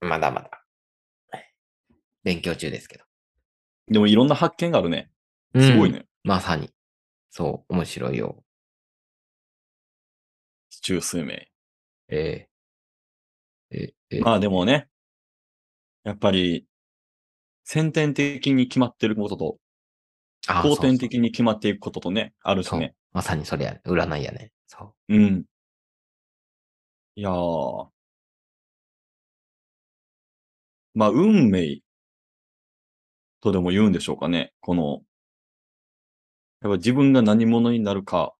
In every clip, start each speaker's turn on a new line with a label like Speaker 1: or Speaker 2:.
Speaker 1: まだまだ。勉強中ですけど。
Speaker 2: でもいろんな発見があるね。すごい
Speaker 1: うん。
Speaker 2: ね。
Speaker 1: まさに。そう、面白いよ。
Speaker 2: 中数名。
Speaker 1: えー、え、え、
Speaker 2: まあでもね、やっぱり、先天的に決まってることと、
Speaker 1: あ
Speaker 2: 後天
Speaker 1: そうそう
Speaker 2: 的に決まっていくこととね、あるしね。
Speaker 1: まさにそれやね。占いやね。そ
Speaker 2: うん。いやー。まあ、運命とでも言うんでしょうかね。この、やっぱ自分が何者になるか、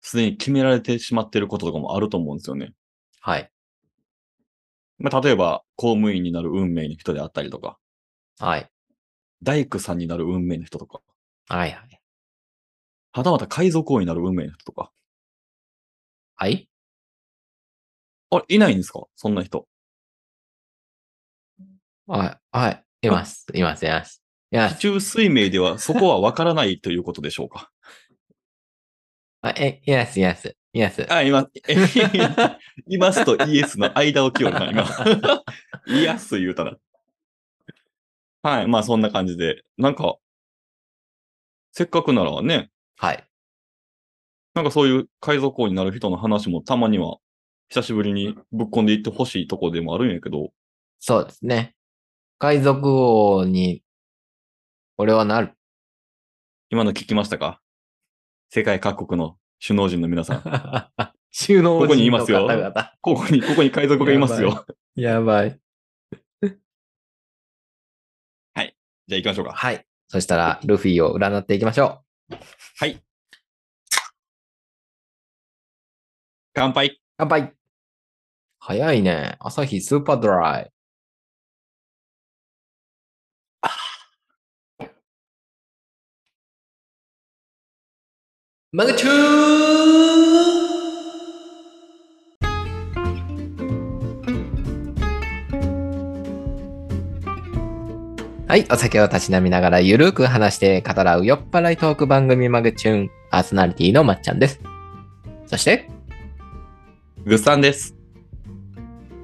Speaker 2: すでに決められてしまってることとかもあると思うんですよね。
Speaker 1: う。はい。
Speaker 2: まあ、例えば、公務員になる運命の人であったりとか、
Speaker 1: はい。
Speaker 2: 大工さんになる運命の人とか、
Speaker 1: はいはい。
Speaker 2: はたまた海賊王になる運命の人とか。
Speaker 1: はい
Speaker 2: あれ、いないんですかそんな人。
Speaker 1: はい。はい。います。います。います。いま
Speaker 2: 地
Speaker 1: す。
Speaker 2: 中水明ではそこはわからないということでしょうか
Speaker 1: あえ、います。います。います。
Speaker 2: あ、今、えいますとイエスの間を切よるな、 今。イエス言うたら。はい、まあそんな感じで。なんか、せっかくならね、
Speaker 1: はい。
Speaker 2: なんかそういう海賊王になる人の話もたまには、久しぶりにぶっ込んでいってほしいとこでもあるんやけど、
Speaker 1: そうですね。海賊王に、俺はな る。
Speaker 2: 今の聞きましたか世界各国の首脳陣の皆さん。
Speaker 1: 収納
Speaker 2: ここにいますよ
Speaker 1: 人の方々
Speaker 2: ここに、ここに海賊がいます
Speaker 1: や
Speaker 2: よ。
Speaker 1: やばい。
Speaker 2: じゃあ行きましょうか。
Speaker 1: はい。そしたら、ルフィを占っていきましょ
Speaker 2: 乾杯。
Speaker 1: う。乾杯早いね。朝日スーパードライ。マグチューはい。お酒をたしなみながらゆるく話して語らう酔っ払いトーク番組マグチューン。パーソナリティのまっちゃんです。そして、
Speaker 2: グッサンです。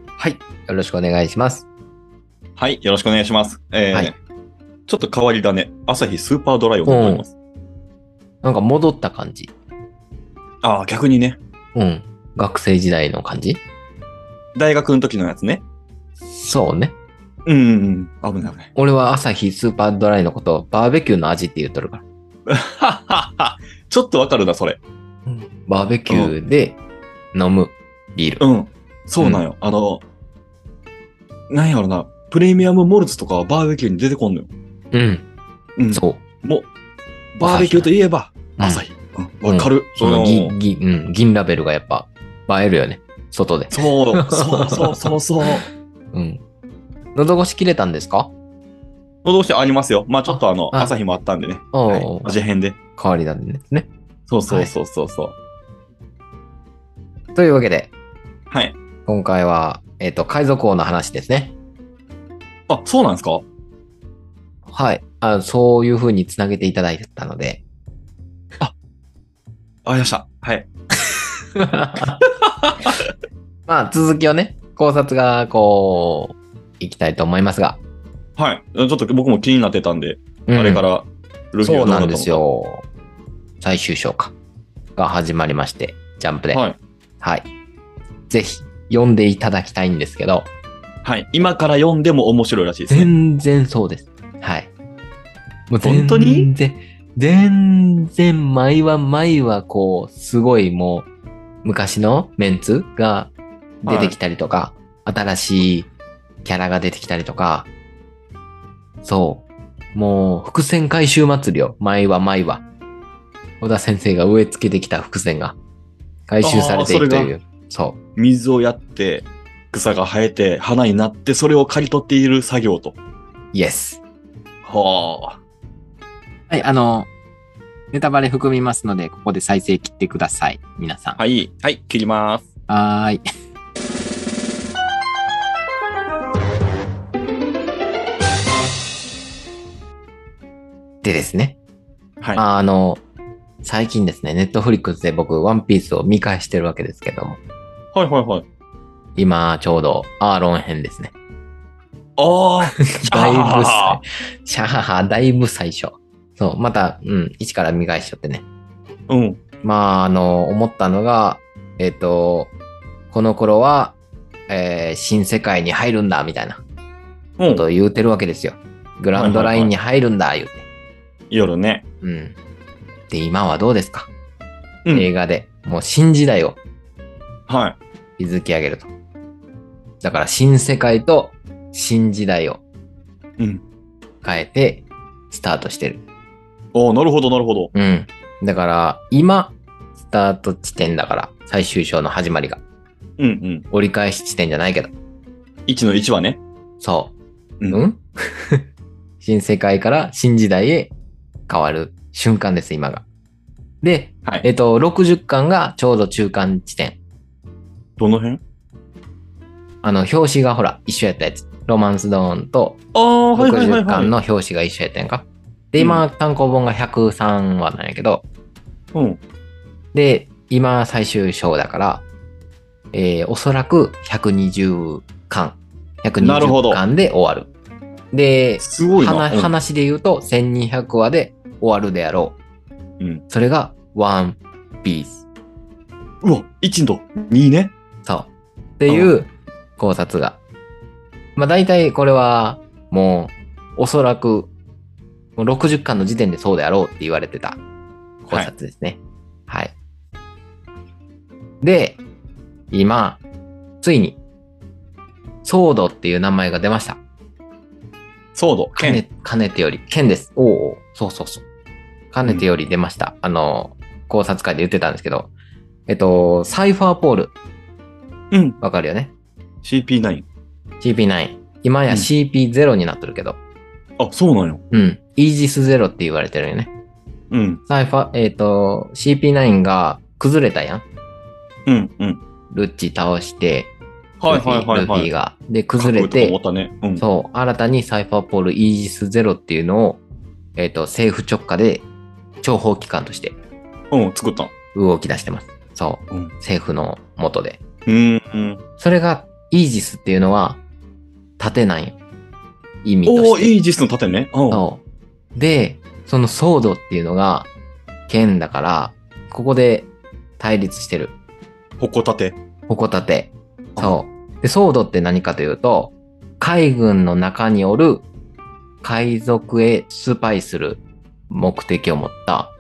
Speaker 1: はい。よろしくお願いします。
Speaker 2: はい、よろしくお願いします。えー
Speaker 1: はい
Speaker 2: ちょっと変わりだね。朝日スーパードライを飲んでおります。
Speaker 1: なんか戻った感じ。
Speaker 2: ああ、逆にね。
Speaker 1: うん。学生時代の感じ
Speaker 2: 大学の時のやつね。
Speaker 1: そうね。
Speaker 2: うんうんうん。危ない危ない。
Speaker 1: 俺は朝日スーパードライのことをバーベキューの味って言っとるから。
Speaker 2: ちょっとわかるな、それ。
Speaker 1: バーベキューで飲むビール。
Speaker 2: うん。そうなんよ。あの、なんやろな。プレミアムモルツとかはバーベキューに出てこんのよ。
Speaker 1: うん。
Speaker 2: うん。
Speaker 1: そう。
Speaker 2: もう、バーベキューといえば、
Speaker 1: うん
Speaker 2: 朝日。うん。わ、かる。
Speaker 1: その
Speaker 2: うん
Speaker 1: 銀、銀、うん、銀ラベルがやっぱ映えるよね。外で。
Speaker 2: そう、そうそうそうそう。
Speaker 1: うん。喉越し切れたんですか
Speaker 2: のどうしてありますよ。まあちょっとあの、
Speaker 1: あ
Speaker 2: 朝日もあったんでね。
Speaker 1: お
Speaker 2: はい
Speaker 1: お、
Speaker 2: 味変で。
Speaker 1: 変わりなんですね。
Speaker 2: そうそうそうそうそう。
Speaker 1: というわけで、
Speaker 2: はい。
Speaker 1: 今回は、えっ、と、海賊王の話ですね。
Speaker 2: あ、そうなんですか
Speaker 1: はい。あそういう風につなげていただいたので。
Speaker 2: ありました。はい。
Speaker 1: まあ続きをね考察がこういきたいと思いますが、
Speaker 2: はい。ちょっと僕も気になってたんで、
Speaker 1: うん
Speaker 2: あれからルフ
Speaker 1: そ
Speaker 2: ィは
Speaker 1: う
Speaker 2: どう
Speaker 1: な
Speaker 2: だ
Speaker 1: ん
Speaker 2: っ
Speaker 1: で
Speaker 2: た
Speaker 1: す
Speaker 2: の
Speaker 1: よ最終章かが始まりましてジャンプでは、
Speaker 2: はいい。
Speaker 1: ぜひ読んでいただきたいんですけど
Speaker 2: はい。今から読んでも面白いらしいですね。
Speaker 1: 全然そうですはいもう
Speaker 2: 本当に
Speaker 1: 全然全然毎話毎話こうすごいもう昔のメンツが出てきたりとか、新しいキャラが出てきたりとか、そう。もう、伏線回収祭りよ。前は前は。小田先生が植え付けてきた伏線が回収されていくという。そ
Speaker 2: 水をやって、草が生えて、花になって、それを刈り取っている作業と。
Speaker 1: う。イエス。
Speaker 2: は
Speaker 1: はい、あの、ネタバレ含みますので、ここで再生切ってください。皆さん。
Speaker 2: あ。はい。はい。切ります。
Speaker 1: はーい。でですね。
Speaker 2: はい。
Speaker 1: まあ、あの、最近ですね、ネットフリックスで僕、ワンピースを見返してるわけですけども、
Speaker 2: はいはいはい。
Speaker 1: 今ちょうどアーロン編ですね。
Speaker 2: ああ、
Speaker 1: だいぶ
Speaker 2: あ
Speaker 1: さ、 シャハハ、だいぶ最初。そう、また、うん、一から見返しちゃってね。
Speaker 2: うん。
Speaker 1: まあ、あの、思ったのが、えっ、と、この頃は、えー新世界に入るんだ、みたいな
Speaker 2: う
Speaker 1: ことを
Speaker 2: ん。
Speaker 1: 言うてるわけですよ。グランドラインに入るんだ、言うて。
Speaker 2: 夜ね。
Speaker 1: うん。で、今はどうですか、
Speaker 2: うん
Speaker 1: 映画で。もう新時代を
Speaker 2: はい。
Speaker 1: 築き上げると。だから、新世界と新時代を
Speaker 2: うん。
Speaker 1: 変えて、スタートしてる。
Speaker 2: おーなるほど、なるほど。
Speaker 1: うん。だから、今、スタート地点だから、最終章の始まりが。
Speaker 2: うんうん。
Speaker 1: 折り返し地点じゃないけど。
Speaker 2: 1の1はね。
Speaker 1: そうう。うん 新世界から新時代へ変わる瞬間です、今が。で、
Speaker 2: は
Speaker 1: え
Speaker 2: い。
Speaker 1: っと、60巻がちょうど中間地点。
Speaker 2: どの辺
Speaker 1: あの、表紙がほら、一緒やったやつ。ロマンスドーンと
Speaker 2: ああ、はいはいはい
Speaker 1: 60
Speaker 2: はい
Speaker 1: 巻。の表紙が一緒やったやんか。で、今、単行本が103話なんやけど、
Speaker 2: うん。
Speaker 1: で、今最終章だから、えー、おそらく120巻、
Speaker 2: なるほ
Speaker 1: 120
Speaker 2: ど
Speaker 1: 巻で終わる。で、
Speaker 2: すごいな。
Speaker 1: 話
Speaker 2: うん
Speaker 1: 話で言うと1200話で終わるであろう。
Speaker 2: うん
Speaker 1: それがワンピース。
Speaker 2: うわ、1と2ね。
Speaker 1: そう。っていう考察が。まあ大体これはもうおそらくもう60巻の時点でそうであろうって言われてた考察ですね。はい。で、今、ついに、ソードっていう名前が出ました。
Speaker 2: ソード、
Speaker 1: か
Speaker 2: 剣。
Speaker 1: ねかねてより、剣です。おうおうそうそうそう。かねてより出ました。あの、考察会で言ってたんですけど、えっと、サイファーポール、
Speaker 2: うん。
Speaker 1: わかるよね。
Speaker 2: CP9。
Speaker 1: CP9。今や
Speaker 2: うん
Speaker 1: CP0 になっとるけど。
Speaker 2: あ、そうなんよ。
Speaker 1: うん。イージスゼロって言われてるよね。
Speaker 2: うん。
Speaker 1: サイファ、えっ、と、CP9 が崩れたやん。
Speaker 2: うん。うん。
Speaker 1: ルッチ倒して、
Speaker 2: はいはいはい
Speaker 1: ルフィル
Speaker 2: は
Speaker 1: フィ
Speaker 2: い。
Speaker 1: が。で、崩れ
Speaker 2: かっこいい
Speaker 1: て
Speaker 2: と、こ思ったね。うん。
Speaker 1: そう、新たにサイファーポールイージスゼロっていうのを、えっ、と、政府直下で、諜報機関として
Speaker 2: うん、作ったん。
Speaker 1: 動き出してます。そう。
Speaker 2: うん
Speaker 1: 政府の元で。
Speaker 2: うん。うん。
Speaker 1: それが、イージスっていうのは、盾なんよ。意味として。
Speaker 2: おー、イージスの盾ね。うん。は
Speaker 1: そう。で、そのソードっていうのが剣だから、ここで対立してる。
Speaker 2: ここ盾。
Speaker 1: ホコタテ。そう。で、ソードって何かというと、海軍の中におる海賊へスパイする目的を持った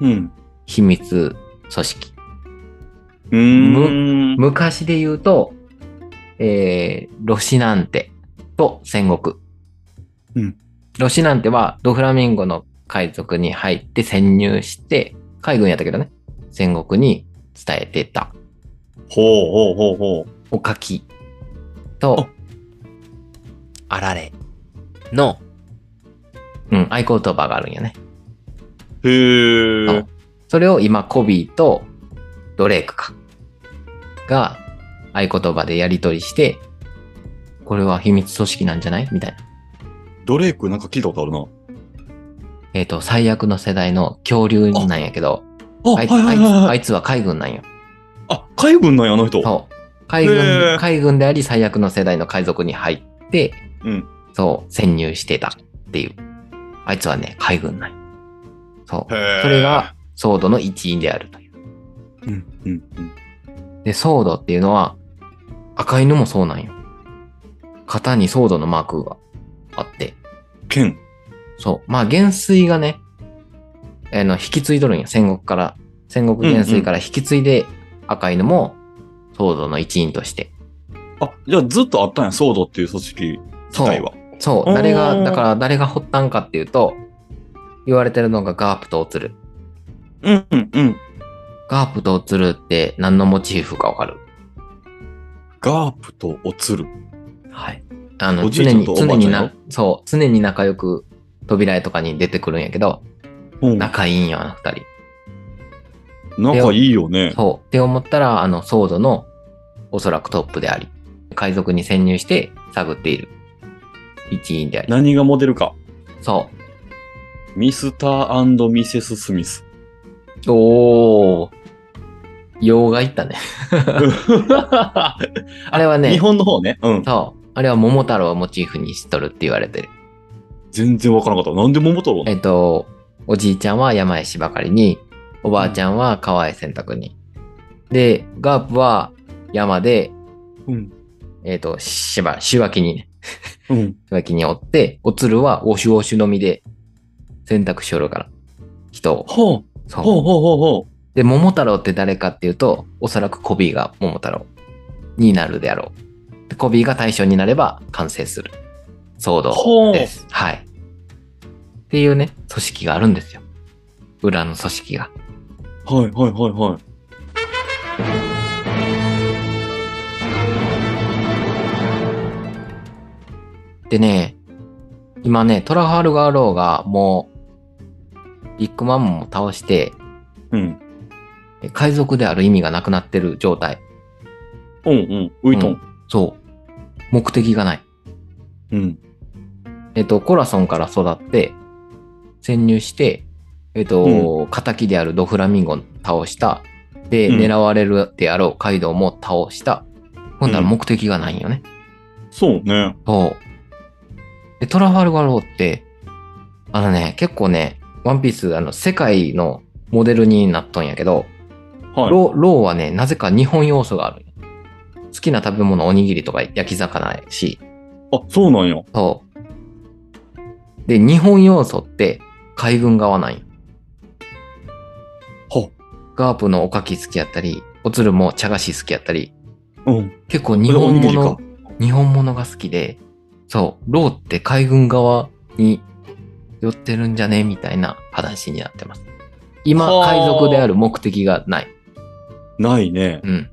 Speaker 2: うん。
Speaker 1: 秘密組織。
Speaker 2: うーん。
Speaker 1: 昔で言うと、えー、ロシナンテと戦国。
Speaker 2: うん
Speaker 1: ロシナンテはドフラミンゴの海賊に入って潜入して、海軍やったけどね、戦国に伝えてた。
Speaker 2: ほうほうほうほう。
Speaker 1: おかきと、あられの、うん、合言葉があるんやね。
Speaker 2: へえ。
Speaker 1: それを今、コビーとドレイクか。が、合言葉でやり取りして、これは秘密組織なんじゃないみたいな。
Speaker 2: ドレイクなんか聞いたことあるな。
Speaker 1: えっ、と、最悪の世代の恐竜なんやけど、
Speaker 2: あ、
Speaker 1: あ
Speaker 2: はいい
Speaker 1: つ
Speaker 2: はいはい
Speaker 1: あ
Speaker 2: はい。
Speaker 1: いつは海軍なんよ。
Speaker 2: あ、海軍なんや、あの人。
Speaker 1: そう。海
Speaker 2: へ
Speaker 1: 軍、
Speaker 2: ー
Speaker 1: 海軍であり最悪の世代の海賊に入って、
Speaker 2: うん
Speaker 1: そう、潜入してたっていう。あいつはね、海軍なんよ。そう。
Speaker 2: へえ。
Speaker 1: それが、ソードの一員であるという。
Speaker 2: うん、うん、うん。
Speaker 1: で、ソードっていうのは、赤犬もそうなんよ。型にソードのマークがあって。
Speaker 2: 剣。
Speaker 1: そう。まあ、元帥がね、あの、引き継いどるんよ。戦国から。戦国元帥から引き継いで、赤犬もソードの一員として。
Speaker 2: あ、じゃあずっとあったんや、ソードっていう組織自体は。
Speaker 1: そう。
Speaker 2: おー
Speaker 1: 誰が、だから誰が発端かっていうと、言われてるのがガープとオツル。
Speaker 2: うん、うん、うん。
Speaker 1: ガープとオツルって何のモチーフかわかる
Speaker 2: ガープとおつる。
Speaker 1: はい。あの、
Speaker 2: おじい
Speaker 1: 常
Speaker 2: ちゃん
Speaker 1: に、
Speaker 2: と
Speaker 1: 常
Speaker 2: おばあちゃん
Speaker 1: に
Speaker 2: よ
Speaker 1: な、そう、常に仲良く扉絵とかに出てくるんやけど、
Speaker 2: うん。
Speaker 1: 仲いいんよ、あの二人。
Speaker 2: 仲いいよね。
Speaker 1: そう。って思ったら、あの、ソードの、おそらくトップであり、海賊に潜入して探っている。一員であり。
Speaker 2: 何がモデルか。
Speaker 1: そ
Speaker 2: ミスターミセス・スミ ス。
Speaker 1: う。おー。洋画いったね。
Speaker 2: あ
Speaker 1: あれはね
Speaker 2: 日本の方ね。うん。
Speaker 1: そう。あれは桃太郎をモチーフにしとるって言われてる。
Speaker 2: 全然わからなかった。なんで桃太郎な
Speaker 1: え
Speaker 2: の
Speaker 1: っと、おじいちゃんは山へしばかりに、おばあちゃんは川へ洗濯に。で、ガープは山で、
Speaker 2: うん。
Speaker 1: えっと、しば、しばきにね、
Speaker 2: うん。
Speaker 1: しばきにおって、おつるはおしゅおしゅのみで洗濯しよるから。人を。
Speaker 2: ほう、ほう
Speaker 1: そう。
Speaker 2: ほうほうほ
Speaker 1: で、桃太郎って誰かっていうと、おそらくコビーが桃太郎になるであろう。でコビーが対象になれば完成する。騒動です。はい。っていうね、組織があるんですよ。裏の組織が。
Speaker 2: う。はいはいはいはい。
Speaker 1: でね、今ね、トラハルガーローがもう、ビッグマムも倒して、
Speaker 2: うん。
Speaker 1: え海賊である意味がなくなってる状態。
Speaker 2: うんうん。ウイトン。
Speaker 1: そう。目的がない。
Speaker 2: うん。
Speaker 1: えっと、コラソンから育って、潜入して、えっと、敵であるドフラミンゴを倒した。で、
Speaker 2: うん
Speaker 1: 狙われるであろうカイドウも倒した。ほんなら目的がないんよね。
Speaker 2: そうね。
Speaker 1: そう。で、トラファルガーローって、あのね、結構ね、ワンピース、あの、世界のモデルになっとんやけど、
Speaker 2: はい。
Speaker 1: ローローはね、なぜか日本要素があるんよ。好きな食べ物、おにぎりとか焼き魚やし、
Speaker 2: あ、そうなんや。
Speaker 1: そう。で、日本要素って海軍側なんよ。
Speaker 2: ほ
Speaker 1: ガープのおかき好きやったり、おつるも茶菓子好きやったり、
Speaker 2: う。うん。
Speaker 1: 結構日本
Speaker 2: これお
Speaker 1: 物
Speaker 2: に、
Speaker 1: 日本物が好きで、そう、ローって海軍側に寄ってるんじゃねみたいな話になってます。今、
Speaker 2: はあ
Speaker 1: 海賊である目的がない。
Speaker 2: ないね。
Speaker 1: うん。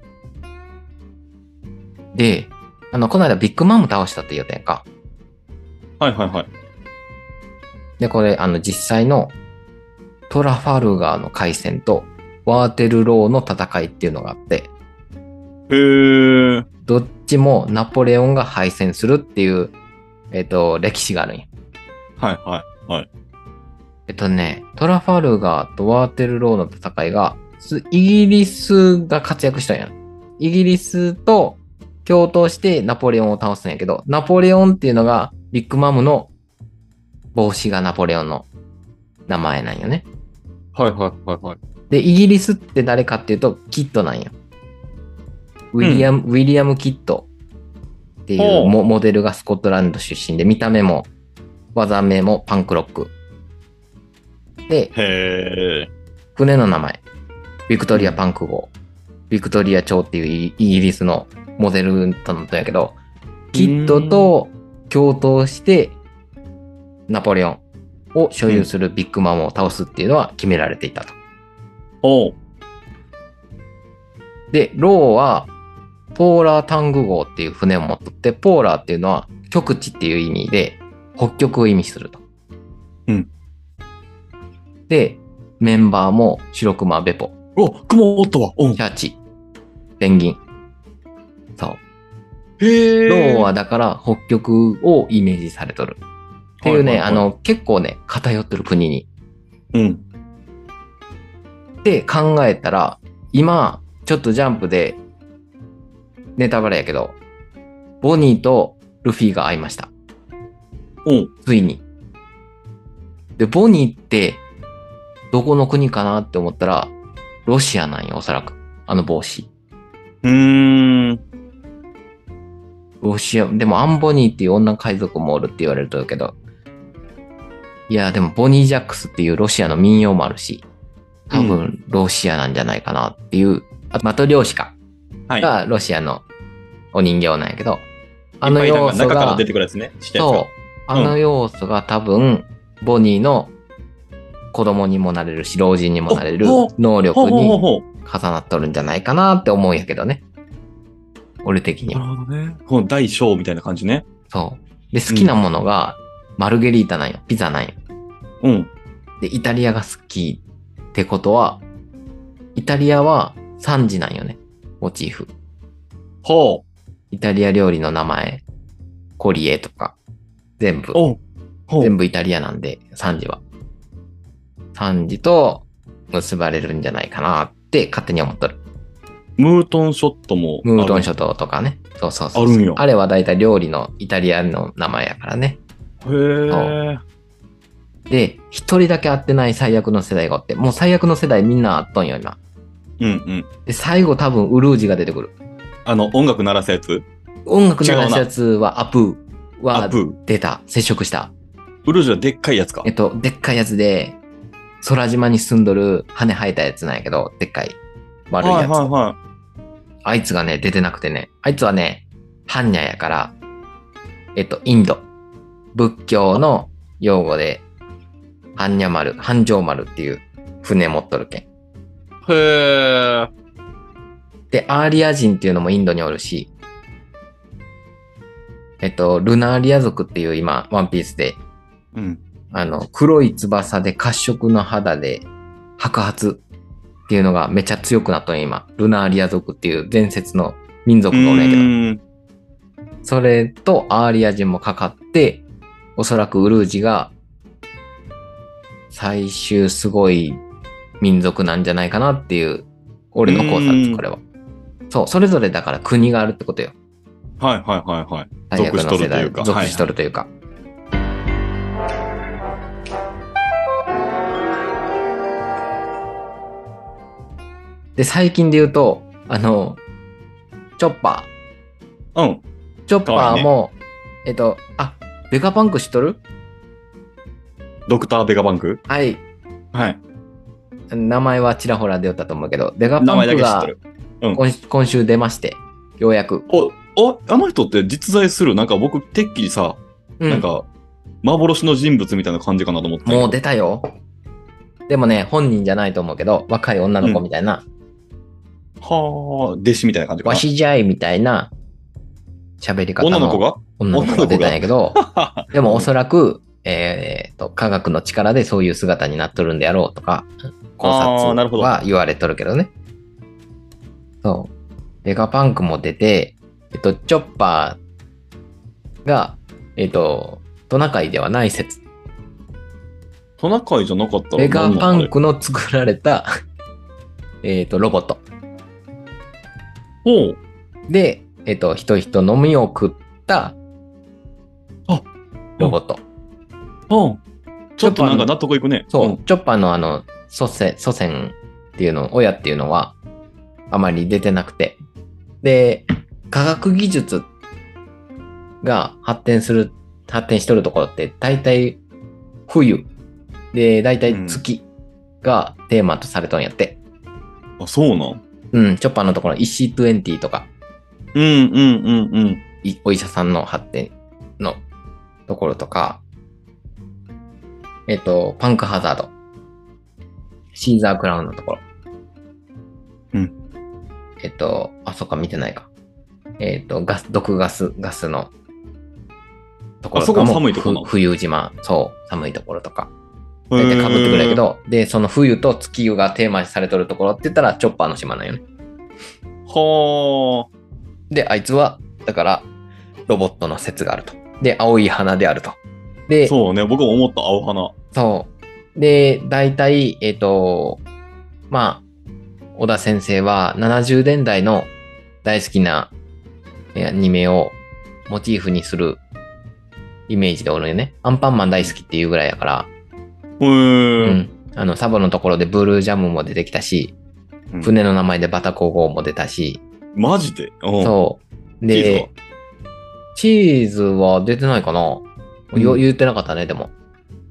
Speaker 1: で、あの、この間ビッグマム倒したって言うたやんか。
Speaker 2: はいはいはい。
Speaker 1: で、これ、あの、実際のトラファルガーの海戦とワーテルローの戦いっていうのがあって、
Speaker 2: へー。
Speaker 1: どっちもナポレオンが敗戦するっていう、えっ、と、歴史があるんや。
Speaker 2: はいはいはい。
Speaker 1: えっとね、トラファルガーとワーテルローの戦いが、すイギリスが活躍したんや。イギリスと共闘してナポレオンを倒すんやけど、ナポレオンっていうのがビッグマムの帽子がナポレオンの名前なんよね。
Speaker 2: はいはいはいはい。
Speaker 1: で、イギリスって誰かっていうと、キッドなんよ。ウィリアム、ウィリアム・キッドっていう
Speaker 2: ほう
Speaker 1: モモデルがスコットランド出身で、見た目も、技名もパンクロック。で、
Speaker 2: へー。
Speaker 1: 船の名前、ビクトリア・パンク号、ビクトリア朝っていうイイギリスのモデルだったんやけど、キッドと共闘して、ナポレオンを所有するビッグマムを倒すっていうのは決められていたと。
Speaker 2: おう。
Speaker 1: で、ローは、ポーラータング号っていう船を持っとって、ポーラーっていうのは極地っていう意味で、北極を意味すると。
Speaker 2: うん。
Speaker 1: で、メンバーも、白熊、ベポ、
Speaker 2: うわ、雲おったわ。うん
Speaker 1: シ。ャチ、ペンギン。そう。
Speaker 2: へー。
Speaker 1: ローはだから北極をイメージされとる。っていうね、
Speaker 2: はいはいはい
Speaker 1: あの、結構ね、偏ってる国に。
Speaker 2: うん。
Speaker 1: って考えたら、今、ちょっとジャンプで、ネタバレやけど、ボニーとルフィが会いました。
Speaker 2: うん。
Speaker 1: ついに。で、ボニーって、どこの国かなって思ったら、ロシアなんよ、おそらく。あの帽子。
Speaker 2: うーん。
Speaker 1: ロシア、でもアンボニーっていう女海賊もおるって言われるとるけど。いや、でもボニー・ジャックスっていうロシアの民謡もあるし、多
Speaker 2: う
Speaker 1: 分ロシアなんじゃないかなっていう、あマトリョーシカ
Speaker 2: はい。
Speaker 1: がロシアのお人形なんやけど、あ
Speaker 2: いっ
Speaker 1: の
Speaker 2: ぱいなん
Speaker 1: 要
Speaker 2: か
Speaker 1: 素
Speaker 2: 中から
Speaker 1: が
Speaker 2: 出、てくるやつね。ちっちゃいやつ
Speaker 1: そ
Speaker 2: が
Speaker 1: う、あの要素が多分、ボニーの子供にもなれるし、老人にもなれる
Speaker 2: おお
Speaker 1: 能
Speaker 2: ほう
Speaker 1: 力
Speaker 2: ほうほう
Speaker 1: に
Speaker 2: ほう。
Speaker 1: 重なっとるんじゃないかなって思うんやけどね。俺的に
Speaker 2: な
Speaker 1: は。
Speaker 2: るほどね。この大小みたいな感じね。
Speaker 1: そう。で、好きなものが、マルゲリータなんよ。ピザなんよ。
Speaker 2: うん。
Speaker 1: で、イタリアが好きってことは、イタリアは3時なんよね。モチーフ。
Speaker 2: ほう。
Speaker 1: イタリア料理の名前、コリエとか、全部、
Speaker 2: おうほう
Speaker 1: 全。部イタリアなんで、3時は。3時と結ばれるんじゃないかなって勝手に思っとる。
Speaker 2: ムートンショットも。
Speaker 1: ムートン
Speaker 2: ョッ
Speaker 1: 諸島とかね。そうそうそう。
Speaker 2: あるんよ
Speaker 1: あれは大体料理のイタリアの名前やからね。
Speaker 2: へえ。
Speaker 1: で、一人だけ会ってない最悪の世代がおって、もう最悪の世代みんなあっとんよ、今。
Speaker 2: うんうん。
Speaker 1: で、最後多分ウルージが出てくる。
Speaker 2: あの、音楽鳴らすやつ
Speaker 1: 音楽流したやつはアプー
Speaker 2: ア
Speaker 1: は
Speaker 2: ップ。
Speaker 1: 出た。接触した。
Speaker 2: ウルジはでっかいやつか
Speaker 1: え。っと、でっかいやつで、空島に住んどる羽生えたやつなんやけど、でっかい悪いやつ。
Speaker 2: はいはいはい。
Speaker 1: あいつがね、出てなくてね。あいつはね、般若やから、えっと、インド。仏教の用語で、般若丸、般若丸っていう船持っとるけん。
Speaker 2: へえ。
Speaker 1: で、アーリア人っていうのもインドにおるし、えっと、ルナーリア族っていう今、ワンピースで、
Speaker 2: うん。
Speaker 1: あの、黒い翼で褐色の肌で白髪っていうのがめっちゃ強くなったのよ今。ルナーリア族っていう伝説の民族がおるんやけど。
Speaker 2: うーん
Speaker 1: それとアーリア人もかかって、おそらくウルージが最終すごい民族なんじゃないかなっていう、俺の考察で
Speaker 2: う
Speaker 1: す、
Speaker 2: ん
Speaker 1: これは。そう、それぞれだから国があるってことよ。
Speaker 2: はいはいはいはい。
Speaker 1: 最悪の世代
Speaker 2: 属しとるというか
Speaker 1: 属しとるというか。で、最近で言うと、あの、チョッパー。
Speaker 2: うん。
Speaker 1: チョッパーも、えっと、あ、ベガパンク知っとる
Speaker 2: ドクターベガバンク
Speaker 1: はい。
Speaker 2: はい。
Speaker 1: 名前はちらほら出よったと思うけど、ベガ
Speaker 2: 名
Speaker 1: パ
Speaker 2: 前
Speaker 1: ン
Speaker 2: だ
Speaker 1: ク
Speaker 2: け知って
Speaker 1: が
Speaker 2: る。
Speaker 1: 今今週出まして、ようやく。
Speaker 2: お、お、あの人って実在する、なんか僕、てっきりさ、
Speaker 1: うん
Speaker 2: なんか、幻の人物みたいな感じかなと思って。
Speaker 1: もう出たよ。でもね、本人じゃないと思うけど、若い女の子みたいな、
Speaker 2: はあ、弟子みたいな感じか
Speaker 1: わ
Speaker 2: な。
Speaker 1: しじゃいみたいな喋り方
Speaker 2: 女の子
Speaker 1: の
Speaker 2: が
Speaker 1: 女の子が出たんやけど、でもおそらく、えーっと、科学の力でそういう姿になっとるんであろうとか、考
Speaker 2: あーなる
Speaker 1: 察
Speaker 2: ほど
Speaker 1: は言われとるけどね。そう。ベガパンクも出て、えっと、チョッパーが、えっと、トナカイではない説。
Speaker 2: トナカイじゃなかったら
Speaker 1: ベガ
Speaker 2: 何な
Speaker 1: パ
Speaker 2: んだ
Speaker 1: ン
Speaker 2: ろ
Speaker 1: クの作られた、 えっと、ロボット。
Speaker 2: う。
Speaker 1: で、えっと、人人のみを食った
Speaker 2: あ
Speaker 1: ロボット。
Speaker 2: ほう。うん。ちょっとなんか納得いくね。
Speaker 1: そう、
Speaker 2: ん。
Speaker 1: チョッパーのあの祖先祖先っていうの親っていうのはあまり出てなくてで科学技術が発展する発展しとるところって大体冬で大体月がテーマとされとんやって
Speaker 2: あ、そうなん。
Speaker 1: うん、チョッパーのところ EC20 とか
Speaker 2: うんうんうんうん。
Speaker 1: いお医者さんの発展のところとか、えっと、パンクハザード、シーザークラウンのところ。
Speaker 2: うん。
Speaker 1: えっと、あ、そっか、見てないか。えっと、ガス、毒ガス、ガスのところとか
Speaker 2: あ
Speaker 1: も、
Speaker 2: そこも寒いとこな
Speaker 1: ふ冬島、そう、寒いところとか。
Speaker 2: へ
Speaker 1: 大体
Speaker 2: ー
Speaker 1: 被ってくるんやけ。ど、で、その冬と月がテーマにされとるところって言ったら、チョッパーの島なんよね。
Speaker 2: は
Speaker 1: で、あいつは、だから、ロボットの説があると。で、青い花であると。で、
Speaker 2: あ。
Speaker 1: そう。
Speaker 2: そうね。僕も思った青花。
Speaker 1: で、大体、えっ、と、まあ、小田先生は70年代の大好きなえアニメをモチーフにするイメージでおるよね。アンパンマン大好きっていうぐらいやから、
Speaker 2: う
Speaker 1: うん。
Speaker 2: ーん。
Speaker 1: あの、サボのところでブルージャムも出てきたし、
Speaker 2: うん
Speaker 1: 船の名前でバタコ号も出たし、
Speaker 2: マジでうん
Speaker 1: そう。
Speaker 2: チーズ
Speaker 1: で
Speaker 2: は、
Speaker 1: チーズは出てないかな、
Speaker 2: うん
Speaker 1: よ言ってなかったね、でも。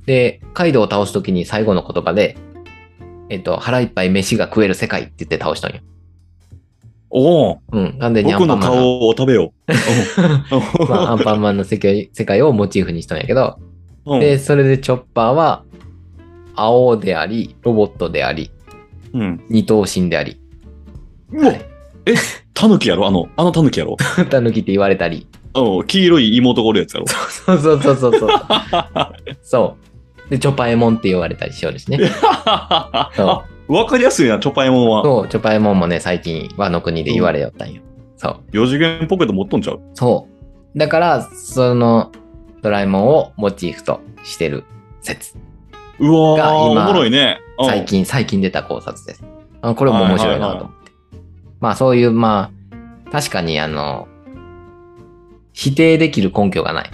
Speaker 1: で、カイドウを倒すときに最後の言葉で、えっと、腹いっぱい飯が食える世界って言って倒したんよ。
Speaker 2: おお
Speaker 1: うん。なんで、
Speaker 2: 僕の
Speaker 1: アンパンマンの
Speaker 2: 顔を食べよう。うん
Speaker 1: ま あ、アンパンマンの世界世界をモチーフにしたんやけど、
Speaker 2: うん
Speaker 1: で、それでチョッパーは、青であり、ロボットであり、
Speaker 2: うん。
Speaker 1: 二頭身であり、
Speaker 2: うわ、タヌキやろあの、あのタヌキやろ
Speaker 1: タヌキって言われたり。
Speaker 2: うん黄色い妹がおる やつやろ
Speaker 1: そうそうそうそう そう。そう。で、チョパエモンって言われたりしようですね。
Speaker 2: あ、わかりやすいな、チョパエモン は。
Speaker 1: そう、チョパエモンもね、最近和の国で言われよったんよ。そう。
Speaker 2: 四次元ポケット持っとんちゃう
Speaker 1: そう。だから、その、ドラえもんをモチーフとしてる説。
Speaker 2: うわー、
Speaker 1: が
Speaker 2: お
Speaker 1: 今
Speaker 2: もろいね。うん
Speaker 1: 最。近、最近出た考察です。あこれも面白いなと思って。まあ、そういう、まあ、確かに、あの、否定できる根拠がない。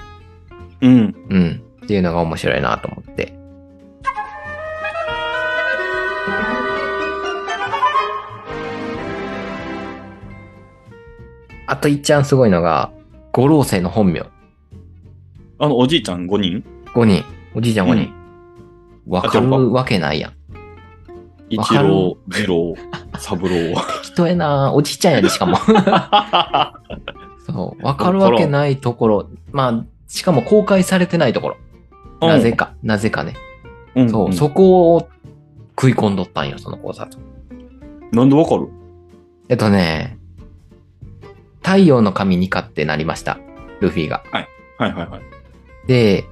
Speaker 2: うん。
Speaker 1: うん。っていうのが面白いなと思って。あといっちゃんすごいのが、五老星の本名。
Speaker 2: あの、おじいちゃん5人
Speaker 1: 5人。おじいちゃん5人。わ、か
Speaker 2: あちゃう
Speaker 1: るわけないやん。
Speaker 2: 一
Speaker 1: わかる
Speaker 2: 郎、二郎、三 郎。
Speaker 1: 適当やなおじいちゃんやで、しか も。そう。わかるわけないところ。まあ、しかも公開されてないところ。なぜか。なぜかね。
Speaker 2: うん
Speaker 1: そう。
Speaker 2: ん
Speaker 1: そこを食い込んどったんよ、その考察。
Speaker 2: なんでわかる
Speaker 1: えっとね、太陽の神に勝ってなりました。ルフィが。
Speaker 2: はいはいはい。
Speaker 1: で、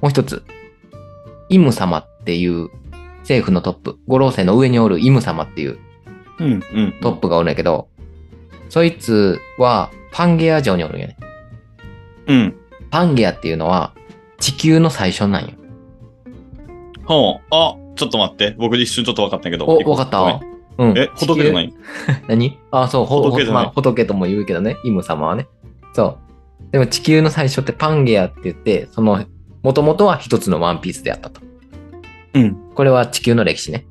Speaker 1: もう一つ。イム様っていう政府のトップ、五老星の上におるイム様っていう
Speaker 2: うんうん。
Speaker 1: トップがおるんやけど、そいつはパンゲア城におるんやね。
Speaker 2: うん。
Speaker 1: パンゲアっていうのは地球の最初なんよ。
Speaker 2: はあ。あ、ちょっと待って。僕一瞬ちょっと分かったんやけど。
Speaker 1: お、わかっ
Speaker 2: ご
Speaker 1: た
Speaker 2: め
Speaker 1: うん。
Speaker 2: ん。え、仏じゃないい
Speaker 1: 地球何あ、そう、ほ
Speaker 2: 仏じ
Speaker 1: ほ
Speaker 2: ゃない
Speaker 1: まあ仏とも言うけどね、イム様はね。そう。でも地球の最初ってパンゲアって言って、その、もともとは一つのワンピースであったと。
Speaker 2: うん。
Speaker 1: これは地球の歴史ね。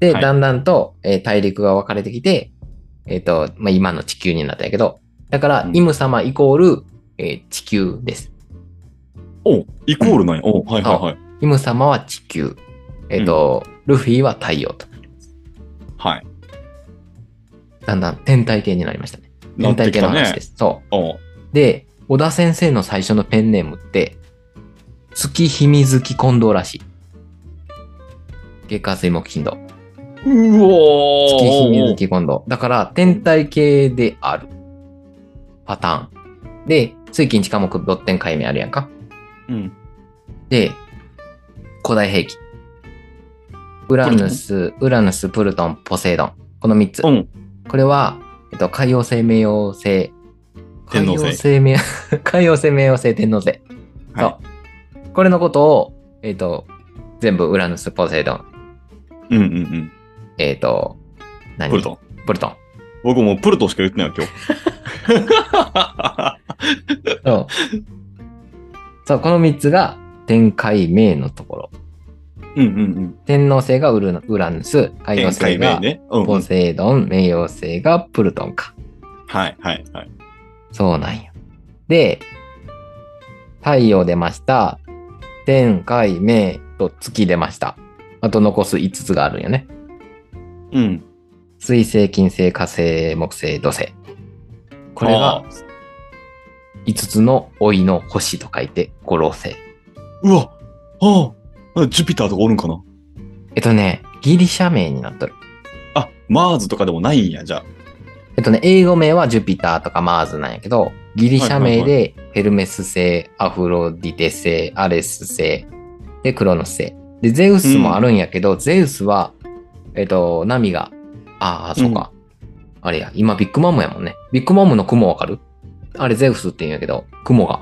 Speaker 1: で、
Speaker 2: はい
Speaker 1: だんだんと、えー大陸が分かれてきて、えっ、と、まあ、今の地球になったんやけど、だから、
Speaker 2: うん
Speaker 1: イム様イコール、えー地球です。
Speaker 2: おイコールなんや。おはいはいはい。
Speaker 1: イム様は地球。えっ、と、ルフィは太陽と。
Speaker 2: はい。
Speaker 1: だんだん天体系になりましたね。天
Speaker 2: なって
Speaker 1: 体
Speaker 2: き
Speaker 1: 系の
Speaker 2: た
Speaker 1: 話
Speaker 2: ね
Speaker 1: で。す。そ
Speaker 2: お
Speaker 1: う。で、小田先生の最初のペンネームって、月秘密月近藤らしい。月火水木金土。
Speaker 2: うお
Speaker 1: 月日水
Speaker 2: ー
Speaker 1: 月今度。だから、天体系である。パターン。で、水金地火木、六天解明あるやんか。
Speaker 2: うん。
Speaker 1: で、古代兵器。ウラヌス、ウラヌス、プルトン、ポセイドン。この3つ
Speaker 2: う。ん。
Speaker 1: これは、えっと、海洋生命王星。
Speaker 2: 天
Speaker 1: 海
Speaker 2: 王
Speaker 1: 洋
Speaker 2: 星
Speaker 1: 生命、 海洋生命王星天王星。
Speaker 2: はい
Speaker 1: そう。これのことを、えっと、全部ウラヌス、ポセイドン。
Speaker 2: うんうんうん。
Speaker 1: えっと、何
Speaker 2: プルトン。
Speaker 1: プルトン。
Speaker 2: 僕もうプルトンしか言ってないわ、今日。
Speaker 1: そう。そう、この3つが天界名のところ。
Speaker 2: うんうんうん。
Speaker 1: 天王星がウルナウラヌス、海洋
Speaker 2: 天
Speaker 1: 星
Speaker 2: 界
Speaker 1: が
Speaker 2: 名ね。うんう
Speaker 1: ポ
Speaker 2: ん。
Speaker 1: セイドン、冥王星がプルトンか。
Speaker 2: はいはいはい。
Speaker 1: そうなんや。で、太陽出ました。天界名と月出ました。あと残す5つがあるんよね。
Speaker 2: うん。
Speaker 1: 水星、金星、火星、木星、土星。これ
Speaker 2: あ
Speaker 1: が
Speaker 2: ー。
Speaker 1: 5つの老いの星と書いて五老星。
Speaker 2: うわああジュピターとかおるんかな
Speaker 1: えっとね、ギリシャ名になっとる。
Speaker 2: あ、マーズとかでもないんや、じゃあ。
Speaker 1: えっとね、英語名はジュピターとかマーズなんやけど、ギリシャ名
Speaker 2: はいは
Speaker 1: でヘルメス星、アフロディテ星、アレス星、で、クロノス星。で、ゼウスもあるんやけど、ゼウスは、えっと、ナミが、ああ、そうか。あれや、今ビッグマムやもんね。ビッグマムの雲わかるあれゼウスって言うんやけど、雲が。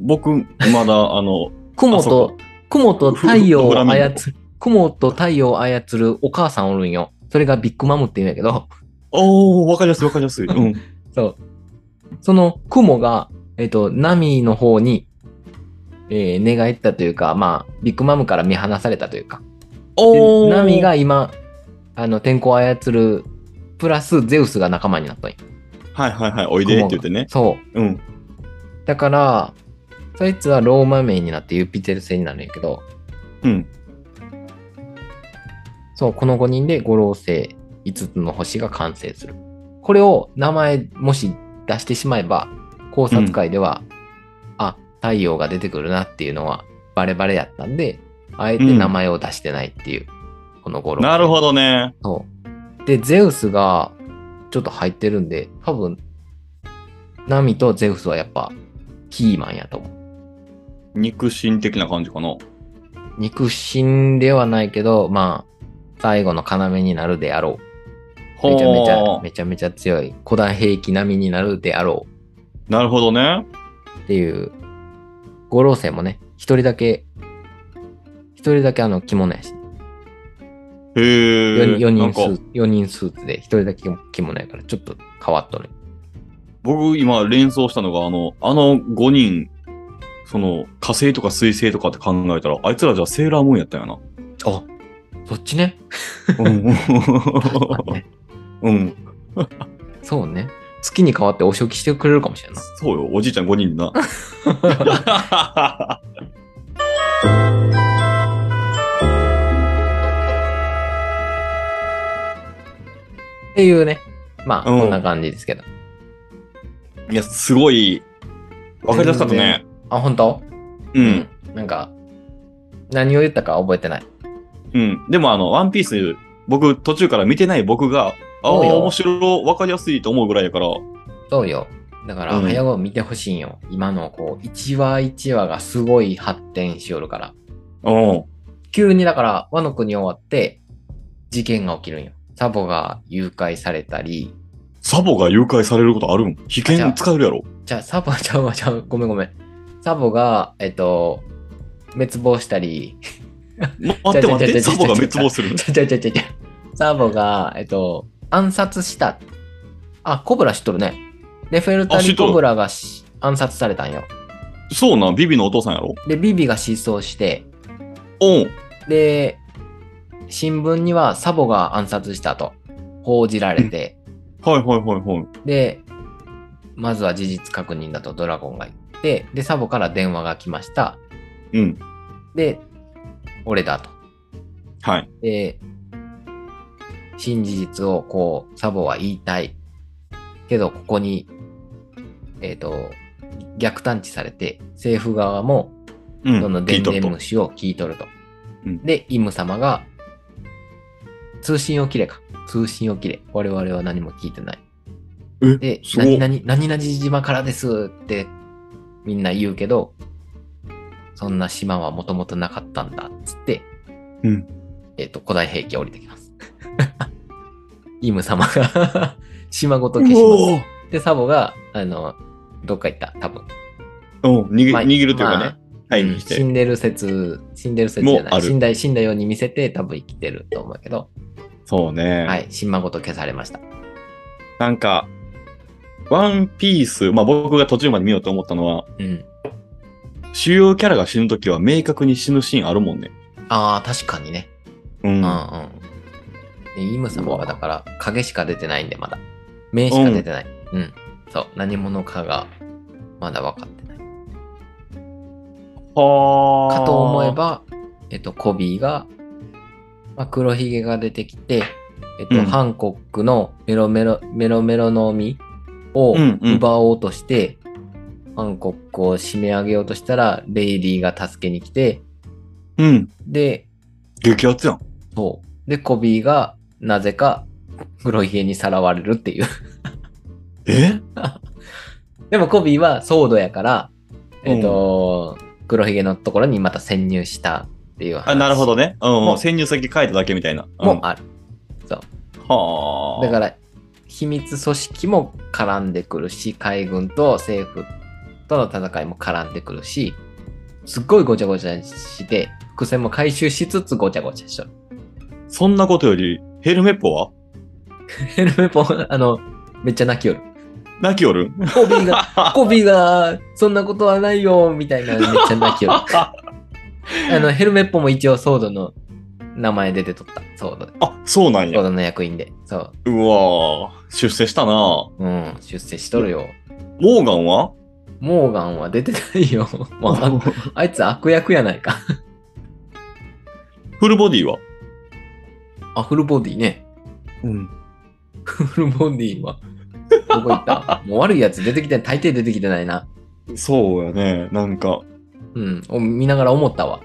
Speaker 2: 僕、まだ、 あの、
Speaker 1: 雲
Speaker 2: あそ
Speaker 1: と、雲と太陽
Speaker 2: フラ
Speaker 1: を
Speaker 2: ミンゴ
Speaker 1: 操る、雲と太陽を操るお母さんおるんよ。それがビッグマムって言うんやけど、
Speaker 2: おー、わかりやすいわかりやすい。 うん。
Speaker 1: そう。その雲が、えっ、と、ナミの方に、えー、寝返ったというか、まあ、ビッグマムから見放されたというか、
Speaker 2: お
Speaker 1: で
Speaker 2: ー。
Speaker 1: ナミが、今、あの、天候を操る、プラスゼウスが仲間になったんよ
Speaker 2: はいはいはい、おいでって言ってね。
Speaker 1: そう。
Speaker 2: うん。
Speaker 1: だから、そいつはローマ名になってユピテル星になるんやけど、
Speaker 2: うん。
Speaker 1: そう、この5人で五老星、5つの星が完成する。これを名前、もし出してしまえば、考察会では、あ、太陽が出てくるなっていうのはバレバレやったんで、あえて名前を出してないっていう、この五老星。
Speaker 2: なるほどね。
Speaker 1: そう。で、ゼウスがちょっと入ってるんで、多分、ナミとゼウスはやっぱキーマンやと思う。
Speaker 2: 肉親的な感じかな。
Speaker 1: 肉親ではないけど、まあ、最後の要になるであろう。めちゃめちゃ、
Speaker 2: ほー
Speaker 1: めちゃめちゃ強い。古代兵器並みになるであろ
Speaker 2: なるほどね。
Speaker 1: うっていう。五老星もね、一人だけ、一人だけあの着物やし。
Speaker 2: へー。
Speaker 1: 4, 人
Speaker 2: なん
Speaker 1: スー
Speaker 2: か、
Speaker 1: ツ、四人スーツで一人だけ着物やから、ちょっと変わっとる。
Speaker 2: 僕今連想したのが、あの、あの5人、その火星とか水星とかって考えたら、あいつらじゃあセーラームーンやったよな。
Speaker 1: あ、そっちね。 あね
Speaker 2: うん。うん。
Speaker 1: そうね。月に変わってお仕置きしてくれるかもしれない。
Speaker 2: そうよ、おじいちゃん5 人な。
Speaker 1: っていうね。まあ、
Speaker 2: うん
Speaker 1: こんな感じですけど。
Speaker 2: いや、すごい、わかりやすかったね。
Speaker 1: あ、本当
Speaker 2: うん。。
Speaker 1: なんか、何を言ったか覚えてない。
Speaker 2: うん。でもあの、ワンピース、僕途中から見てない僕が、ああ、
Speaker 1: そうよ
Speaker 2: 面白い、わかりやすいと思うぐらいやから、
Speaker 1: そうよ。だから、
Speaker 2: うん
Speaker 1: 早う見てほしいんよ。今のこう、一話一話がすごい発展しよるから。
Speaker 2: うん。
Speaker 1: 急にだから、和の国終わって、事件が起きるんよ。サボが誘拐されたり、
Speaker 2: サボが誘拐されることあるん危
Speaker 1: じゃ
Speaker 2: 険
Speaker 1: あ
Speaker 2: 使えるやろ
Speaker 1: じゃあ、サボちゃうわ、ちゃう、ごめんごめん。サボが、えっと、滅亡したり、
Speaker 2: ま待って待っ
Speaker 1: じゃ
Speaker 2: て、
Speaker 1: あじゃ
Speaker 2: サ
Speaker 1: あ
Speaker 2: ボが
Speaker 1: じゃあ
Speaker 2: 滅亡する。
Speaker 1: ちゃちゃちゃちゃちゃ。サボが、えっと、暗殺した。あ、コブラ知っとるね。レフェルタ
Speaker 2: あ知
Speaker 1: リ
Speaker 2: っとる
Speaker 1: コブラがし暗殺されたんよ。
Speaker 2: そうなん、ビビのお父さんやろ
Speaker 1: で、ビビが失踪して、
Speaker 2: おん。
Speaker 1: で、新聞にはサボが暗殺したと報じられて、
Speaker 2: はいはいはいはい。
Speaker 1: で、まずは事実確認だとドラゴンが言って、で、サボから電話が来ました。
Speaker 2: うん。
Speaker 1: で、俺だと。
Speaker 2: はい。
Speaker 1: で、新事実をこう、サボは言いたい。けど、ここに、えっ、と、逆探知されて、政府側も、
Speaker 2: うん。
Speaker 1: その
Speaker 2: ピ
Speaker 1: 電
Speaker 2: ートル
Speaker 1: 電
Speaker 2: と。
Speaker 1: 虫を聞いとると。
Speaker 2: うん
Speaker 1: で、イム様が、通信を切れか。通信を切れ。我々は何も聞いてない。で
Speaker 2: え、、すご
Speaker 1: 何
Speaker 2: い。
Speaker 1: 々、何々島からですってみんな言うけど、そんな島はもともとなかったんだっつって、
Speaker 2: うん
Speaker 1: えっ、と、古代兵器降りてきます。 イム様 が島ごと消し
Speaker 2: お
Speaker 1: ます。で、サボが、あの、どっか行った、多分。
Speaker 2: おうん、逃げ、
Speaker 1: まあ
Speaker 2: 逃げるというかね。はい、
Speaker 1: うん
Speaker 2: にして
Speaker 1: 死。んでる説、死んでる説じゃ
Speaker 2: もう
Speaker 1: な
Speaker 2: あ
Speaker 1: い。
Speaker 2: る
Speaker 1: 死んだ、死んだように見せて多分生きてると思うけど、
Speaker 2: そうね。
Speaker 1: はい、島ごと消されました。
Speaker 2: なんか、ワンピース、まあ僕が途中まで見ようと思ったのは、
Speaker 1: うん。
Speaker 2: 主要キャラが死ぬときは明確に死ぬシーンあるもんね。
Speaker 1: ああ、確かにね。
Speaker 2: うん。
Speaker 1: うんうん。でイム様はだから影しか出てないんでまだ。目しか出てない。うん。そう。何者かがまだ分かってない。
Speaker 2: はあ。
Speaker 1: かと思え。ば、えっと、コビーが、まあ、黒ひげが出てきて、えっと、
Speaker 2: うん
Speaker 1: ハンコックのメロメロ、メロメロの実を
Speaker 2: うんうん
Speaker 1: 奪おうとして、ハンコックを締め上げようとしたら、レイリーが助けに来て、
Speaker 2: うん。
Speaker 1: で、
Speaker 2: 激アツやん。
Speaker 1: そう。で、コビーが、なぜか、黒ひげにさらわれるっていう。
Speaker 2: え
Speaker 1: でもコビーはソードやから、えっ、と、黒ひげのところにまた潜入したっていう話
Speaker 2: あ、なるほどね。うん。
Speaker 1: も
Speaker 2: も
Speaker 1: う
Speaker 2: う潜入先変えただけみたいな。うん
Speaker 1: もある。
Speaker 2: はあ。
Speaker 1: だから、秘密組織も絡んでくるし、海軍と政府との戦いも絡んでくるし、すっごいごちゃごちゃして、伏線も回収しつつごちゃごちゃしとる。
Speaker 2: そんなことより、ヘルメッポは
Speaker 1: ヘルメポ、あの、めっちゃ泣きよ る。
Speaker 2: 泣き おる
Speaker 1: コビーが、コビーが、そんなことはないよ、みたいな、めっちゃ泣きよる。 あの、ヘルメッポも一応ソードの名前で出てとった。ソードで。
Speaker 2: あ、そうなん
Speaker 1: ソー
Speaker 2: や。
Speaker 1: ドの役員で。そう
Speaker 2: わぁ、出世したなモ
Speaker 1: う。うん。出世しとるよ。
Speaker 2: ーガンは
Speaker 1: モーガンは出てない よ。まあ、
Speaker 2: フ
Speaker 1: あいつ悪役やないか。
Speaker 2: ルボディは
Speaker 1: あ、フルボディね。
Speaker 2: うん。
Speaker 1: フルボディは。どこ行ったもう悪いやつ出てきて、大抵出てきてないな。
Speaker 2: そうやね。なんか、
Speaker 1: うん。お見ながら思ったわ。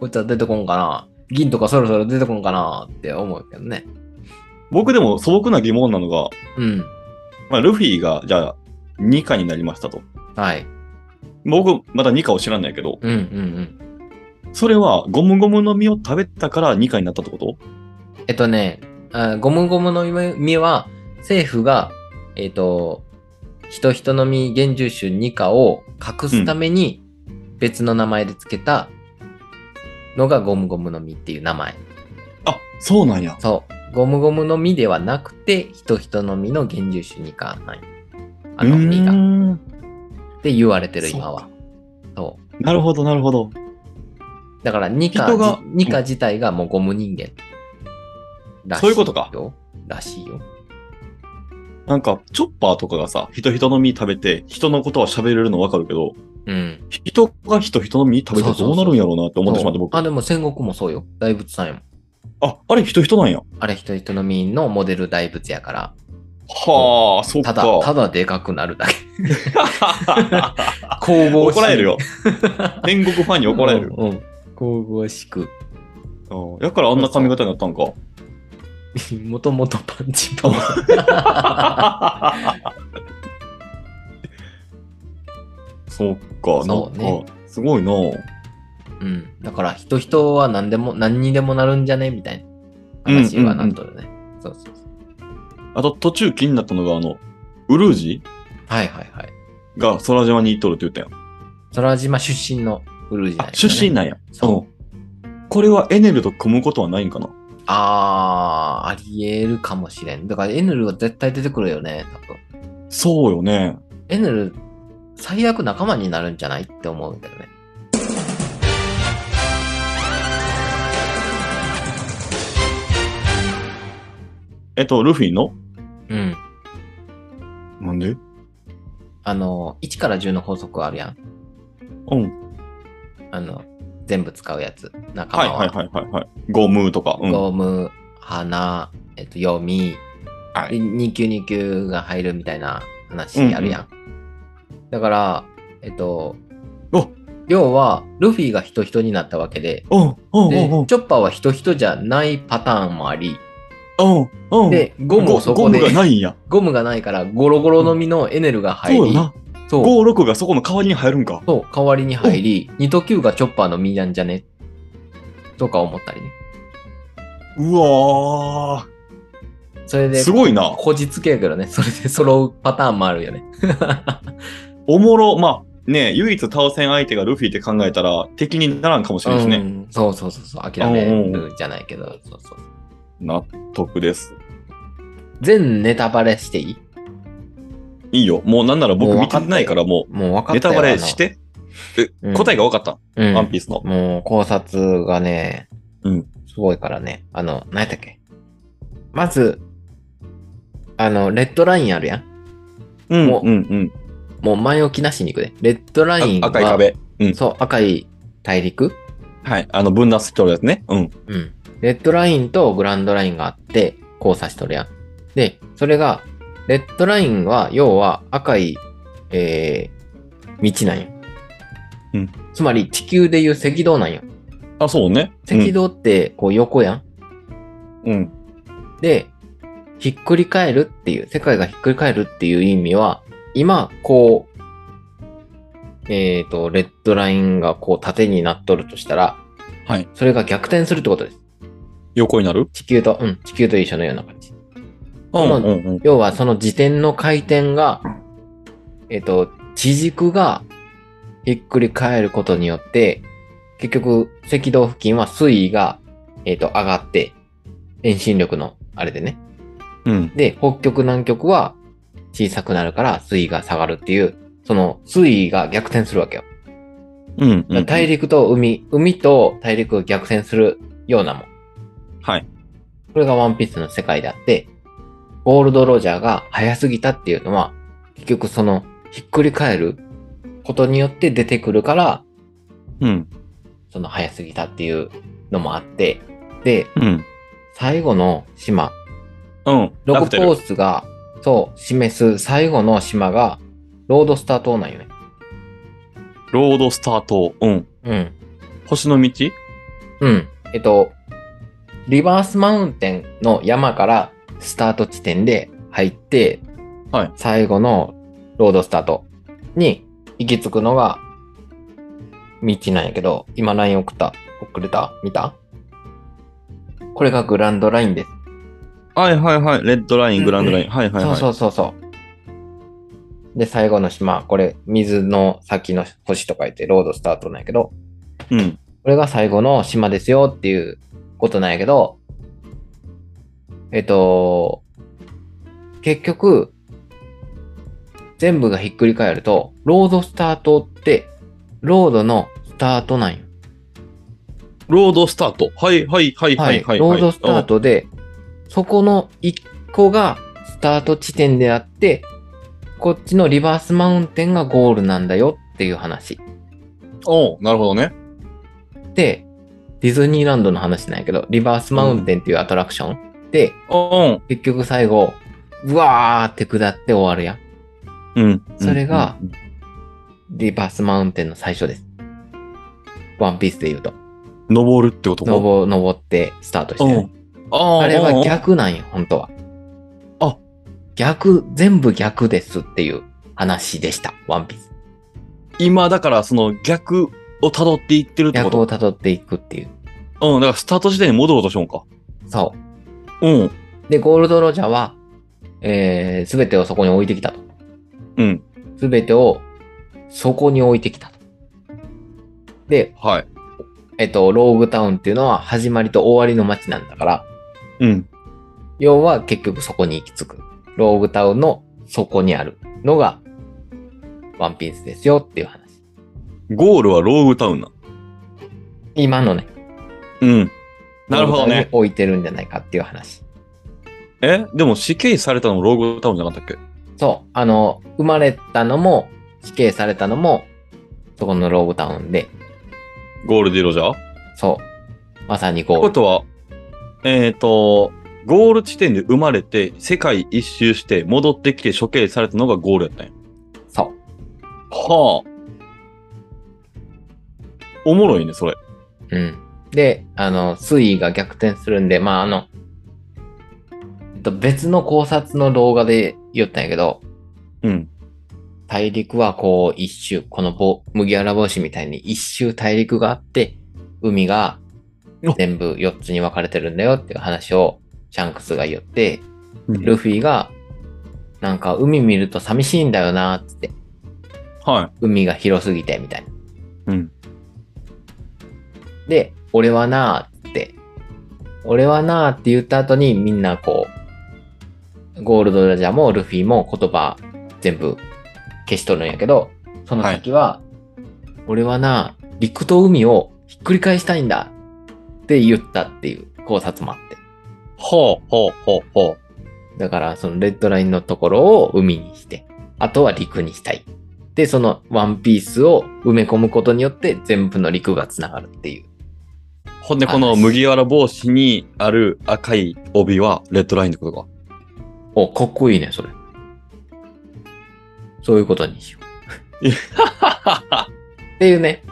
Speaker 1: こいつは出てこんかな。銀とかそろそろ出てこんかなって思うけどね。
Speaker 2: 僕でも素朴な疑問なのが、
Speaker 1: うん。
Speaker 2: まあ、ルフィが、じゃあ、ニカになりましたと。
Speaker 1: はい。
Speaker 2: 僕、まだニカを知らないけど、
Speaker 1: うんうんうん。
Speaker 2: それは、ゴムゴムの実を食べたからニカになったってこと
Speaker 1: えっとね、あゴムゴムの実は、政府が、えっと、人人の実現住種2価を隠すために別の名前で付けたのがゴムゴムの実っていう名前。
Speaker 2: あ、そうなんや。
Speaker 1: そう。ゴムゴムの実ではなくて、人人の実の現住種2価なんよあの鬼
Speaker 2: う
Speaker 1: が。っ
Speaker 2: ーん
Speaker 1: て言われてる、
Speaker 2: そうか
Speaker 1: 今は。そう。
Speaker 2: なるほど、なるほど。
Speaker 1: だから、ニカ
Speaker 2: 人が
Speaker 1: じ、ニカ自体がもうゴム人間。らし
Speaker 2: そういうことか
Speaker 1: よ。らしいよ。
Speaker 2: なんか、チョッパーとかがさ、人人の実食べて、人のことは喋れるのわかるけど、
Speaker 1: うん。
Speaker 2: 人が人人の実食べてどうなるんやろうなって思ってしまって、
Speaker 1: そう
Speaker 2: 僕。
Speaker 1: あ、でも戦国もそうよ。大仏さんやもん。
Speaker 2: あ、あれ人人なんや。
Speaker 1: あれ人々のみんのモデル大仏やから、
Speaker 2: はあ、そったか。
Speaker 1: だ、ただでかくなるだけ。神々しい
Speaker 2: 怒られるよ。天国ファンに怒られる。
Speaker 1: うん。うん神々しく。
Speaker 2: うんやからあんな髪型になったん か。
Speaker 1: もともとパンチパワー。
Speaker 2: そっか、な
Speaker 1: そ
Speaker 2: ん
Speaker 1: うね
Speaker 2: か、すごいな。
Speaker 1: うん。だから、人々は何でも、何にでもなるんじゃねみたいな話はなっとるね。そうそうそう。
Speaker 2: あと途中気になったのが、あの、ウルージ
Speaker 1: はいはいはい。
Speaker 2: が空島に行っとるって言ったやん。
Speaker 1: 空島出身のウルージナ
Speaker 2: あ、出身
Speaker 1: な
Speaker 2: なんや。
Speaker 1: そう
Speaker 2: うん。これはエネルと組むことはないんかな
Speaker 1: あー、ありえるかもしれん。だから、エヌルは絶対出てくるよね、多分。
Speaker 2: そうよね。
Speaker 1: エヌル、最悪仲間になるんじゃないって思うんだよね。
Speaker 2: えっと、ルフィの
Speaker 1: うん。
Speaker 2: なんで
Speaker 1: あの、1から10の法則あるやん。
Speaker 2: うん。
Speaker 1: あの、全部使うやつ。仲
Speaker 2: はい
Speaker 1: 間は。
Speaker 2: はいはいはいはい。ゴムとか。うん。
Speaker 1: ゴム、花、えっと、読み、
Speaker 2: は
Speaker 1: で2級2級が入るみたいな話あるやん。だから、えっと
Speaker 2: お、
Speaker 1: 要は、ルフィが人人になったわけで、
Speaker 2: うん。うん。
Speaker 1: で
Speaker 2: うん。
Speaker 1: チョッパーは人人じゃないパターンもあり、
Speaker 2: うん。うん。
Speaker 1: で、ゴムをそこで、
Speaker 2: ゴムがないんや。
Speaker 1: ゴムがないから、ゴロゴロの実のエネルが入
Speaker 2: そうよ
Speaker 1: り、
Speaker 2: な。
Speaker 1: そう、
Speaker 2: 5、6がそこの代わりに入るんか。
Speaker 1: そう代わりに入り、2と9がチョッパーの実なんじゃねとか思ったりね。
Speaker 2: うわ
Speaker 1: それ
Speaker 2: ー。
Speaker 1: で、
Speaker 2: すごいな。
Speaker 1: こじつけやけどね、それで揃うパターンもあるよね。
Speaker 2: おもろ。まあ、ね唯一倒せん相手がルフィって考えたら敵にならんかもしれないで
Speaker 1: う
Speaker 2: すね。
Speaker 1: ん、そうそうそうそう、諦めるじゃないけど、そうそうそう。
Speaker 2: 納得です。
Speaker 1: 全ネタバレしていい
Speaker 2: いいよ。もうなんなら僕
Speaker 1: もう
Speaker 2: 見
Speaker 1: 分かった
Speaker 2: て
Speaker 1: よ
Speaker 2: ないからも
Speaker 1: もう分
Speaker 2: う
Speaker 1: か
Speaker 2: ネ
Speaker 1: った
Speaker 2: タ
Speaker 1: よ。
Speaker 2: バレして。え、
Speaker 1: うん
Speaker 2: 答えが分かった。
Speaker 1: あの、うん
Speaker 2: ワンピースの。
Speaker 1: もう考察がね、
Speaker 2: うん
Speaker 1: すごいからね、あの、何やったっけ。まず、あの、レッドラインあるやん。
Speaker 2: うん。
Speaker 1: もう
Speaker 2: うん。うん。
Speaker 1: もう前置きなしに行くで。レッドライン
Speaker 2: あ
Speaker 1: は
Speaker 2: 赤い。壁。うん
Speaker 1: そう、赤い大陸。
Speaker 2: はい。あの、分断してるやつね。うん。
Speaker 1: うん。レッドラインとグランドラインがあって、交差しとるやん。で、それが、レッドラインは、要は赤い、えー、道なんよ。
Speaker 2: うん。
Speaker 1: つまり、地球でいう赤道なんよ。
Speaker 2: あ、そうね。
Speaker 1: 赤道って、こう横やん。
Speaker 2: うん。うん。
Speaker 1: で、ひっくり返るっていう、世界がひっくり返るっていう意味は、今、こう、えっ、と、レッドラインがこう縦になっとるとしたら、
Speaker 2: はい。
Speaker 1: それが逆転するってことです。
Speaker 2: 横になる
Speaker 1: 地球と、うん、地球と一緒のような感じ。
Speaker 2: うんん。うん。うん。
Speaker 1: 要はその自転の回転が、えっ、と、地軸がひっくり返ることによって、結局、赤道付近は水位が、えっ、と、上がって、遠心力の、あれでね。
Speaker 2: うん。
Speaker 1: で、北極、南極は小さくなるから水位が下がるっていう、その水位が逆転するわけよ。
Speaker 2: うん。
Speaker 1: だから大陸と海、海と大陸が逆転するようなもん。
Speaker 2: はい。
Speaker 1: これがワンピースの世界であって、ゴールド・ロジャーが早すぎたっていうのは、結局その、ひっくり返ることによって出てくるから、
Speaker 2: うん。
Speaker 1: その早すぎたっていうのもあって、で、
Speaker 2: うん。
Speaker 1: 最後の島、
Speaker 2: うん。
Speaker 1: ロ
Speaker 2: ラ
Speaker 1: コ
Speaker 2: フ
Speaker 1: ポ
Speaker 2: テル
Speaker 1: ースが、そう、示す最後の島が、ロードスター島なんよね。
Speaker 2: ロードスタート。うん。
Speaker 1: うん。
Speaker 2: 星の道
Speaker 1: うん。えっと、リバースマウンテンの山からスタート地点で入って、
Speaker 2: はい
Speaker 1: 最後のロードスタートに行き着くのが道なんやけど、今 LINE 送った送れた見たこれがグランドラインです。
Speaker 2: はいはいはい。レッドライン、グランドライン。はいはいはい。
Speaker 1: そうそうそうそう。で、最後の島、これ、水の先の星と書いて、ロードスタートなんやけど、
Speaker 2: うん。
Speaker 1: これが最後の島ですよっていうことなんやけど、えっと、結局、全部がひっくり返ると、ロードスタートって、ロードのスタートなんよ。
Speaker 2: ロードスタート。はいはいはいはいはい。
Speaker 1: ロードスタートで、そこの一個がスタート地点であって、こっちのリバースマウンテンがゴールなんだよっていう話。
Speaker 2: おうなるほどね。
Speaker 1: で、ディズニーランドの話なんやけど、リバースマウンテンっていうアトラクションで、
Speaker 2: おう
Speaker 1: 結局最後、うわーって下って終わるやん。
Speaker 2: うん。
Speaker 1: それがリバースマウンテンの最初です。ワンピースで言うと。
Speaker 2: うん、登るってことか。
Speaker 1: 登登ってスタートして
Speaker 2: う
Speaker 1: る
Speaker 2: ん。あー
Speaker 1: あれは。
Speaker 2: うんうん
Speaker 1: 逆なんよ、本当は。
Speaker 2: あ
Speaker 1: 逆、全部逆ですっていう話でした、ワンピース。
Speaker 2: 今、だから、その逆を辿っていってるってこ
Speaker 1: 逆を
Speaker 2: と。
Speaker 1: たどっていくっていう。
Speaker 2: うん。だから、スタート時点に戻ろうとしようんか。
Speaker 1: そ
Speaker 2: うん。
Speaker 1: う。で、ゴールドロジャーは、えすべてをそこに置いてきたと。
Speaker 2: うん。
Speaker 1: すべてをそこに置いてきたと。で、
Speaker 2: はい。
Speaker 1: えっと、ローグタウンっていうのは始まりと終わりの街なんだから、
Speaker 2: うん。
Speaker 1: 要は結局そこに行き着く。ローグタウンのそこにあるのが、ワンピースですよっていう話。
Speaker 2: ゴールはローグタウンな。
Speaker 1: 今のね、
Speaker 2: うん。なるほどね。
Speaker 1: 置いてるんじゃないかっていう話。
Speaker 2: えでも死刑されたのもローグタウンじゃなかったっけ
Speaker 1: そう。あの、生まれたのも、死刑されたのも、そこのローブタウンで、
Speaker 2: ゴールディロジャーっ
Speaker 1: そう。まさに
Speaker 2: て
Speaker 1: ゴー
Speaker 2: こ
Speaker 1: ル。
Speaker 2: とは、えっ、と、ゴール地点で生まれて、世界一周して、戻ってきて処刑されたのがゴールやったんや。
Speaker 1: そう。
Speaker 2: はあ。おもろいね、それ。
Speaker 1: うん。で、あの、水位が逆転するんで、まあ、あの、えっと別の考察の動画で言ったんやけど、
Speaker 2: うん。
Speaker 1: 大陸はこう一周、このぼ麦わら帽子みたいに一周大陸があって、海が全部4つに分かれてるんだよっていう話をシャンクスが言って、ルフィが、なんか海見ると寂しいんだよなーっつって、
Speaker 2: は
Speaker 1: 海が広すぎてみたいな。
Speaker 2: い。うん。
Speaker 1: で、俺はなーって、俺はなーって言った後にみんなこう、ゴールドラジャーもルフィも言葉全部消しとるんやけど、その先は、俺はな、陸と海をひっくり返したいんだって言ったっていう考察もあって。
Speaker 2: はあ、はあ、はあ、は
Speaker 1: だから、そのレッドラインのところを海にして、あとは陸にしたい。で、そのワンピースを埋め込むことによって全部の陸がつながるっていう。
Speaker 2: あ。ほんで、この麦わら帽子にある赤い帯は、レッドラインってことか。
Speaker 1: お、かっこいいね、それ。そういうことにしよう。 っていうね、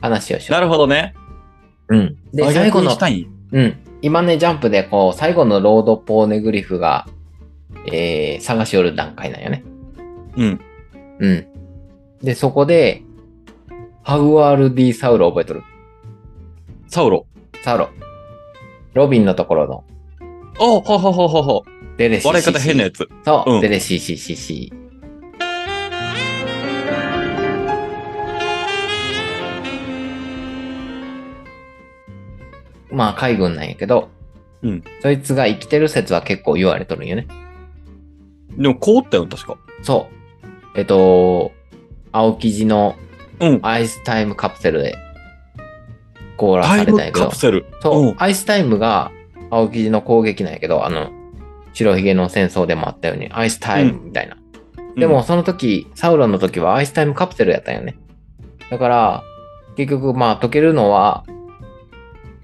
Speaker 1: 話をしよ
Speaker 2: なるほどね。
Speaker 1: う。うん。で、
Speaker 2: 真逆
Speaker 1: 最後
Speaker 2: に
Speaker 1: の
Speaker 2: し、たいん
Speaker 1: うん。今ね、ジャンプでこう、最後のロードポーネグリフが、えー、探し寄る段階なんよね。
Speaker 2: うん。
Speaker 1: うん。で、そこで、ハウアール・ディ・サウロ覚えとる
Speaker 2: サウロ。
Speaker 1: サウロ。ロビンのところの、
Speaker 2: あ、はあ、はあ、はあ、はあ。
Speaker 1: デレシー
Speaker 2: 笑い方変なやつ。
Speaker 1: そう、
Speaker 2: うん
Speaker 1: デレシーシーシーシー。まあ海軍なんやけど、
Speaker 2: うん
Speaker 1: そいつが生きてる説は結構言われとるんよね。
Speaker 2: でも凍ったよ、確か。
Speaker 1: そう。えっと、青生地の
Speaker 2: うん。
Speaker 1: アイスタイムカプセルで凍ら
Speaker 2: タ
Speaker 1: され
Speaker 2: イ
Speaker 1: たん
Speaker 2: ム
Speaker 1: やけ
Speaker 2: カ
Speaker 1: ど
Speaker 2: プ、セル。
Speaker 1: そう、
Speaker 2: うん
Speaker 1: アイスタイムが青生地の攻撃なんやけど、あの、白ひげの戦争でもあったように、アイスタイムみたいな。でも、その時、サウロンの時はアイスタイムカプセルやったんよね。だから、結局まあ溶けるのは、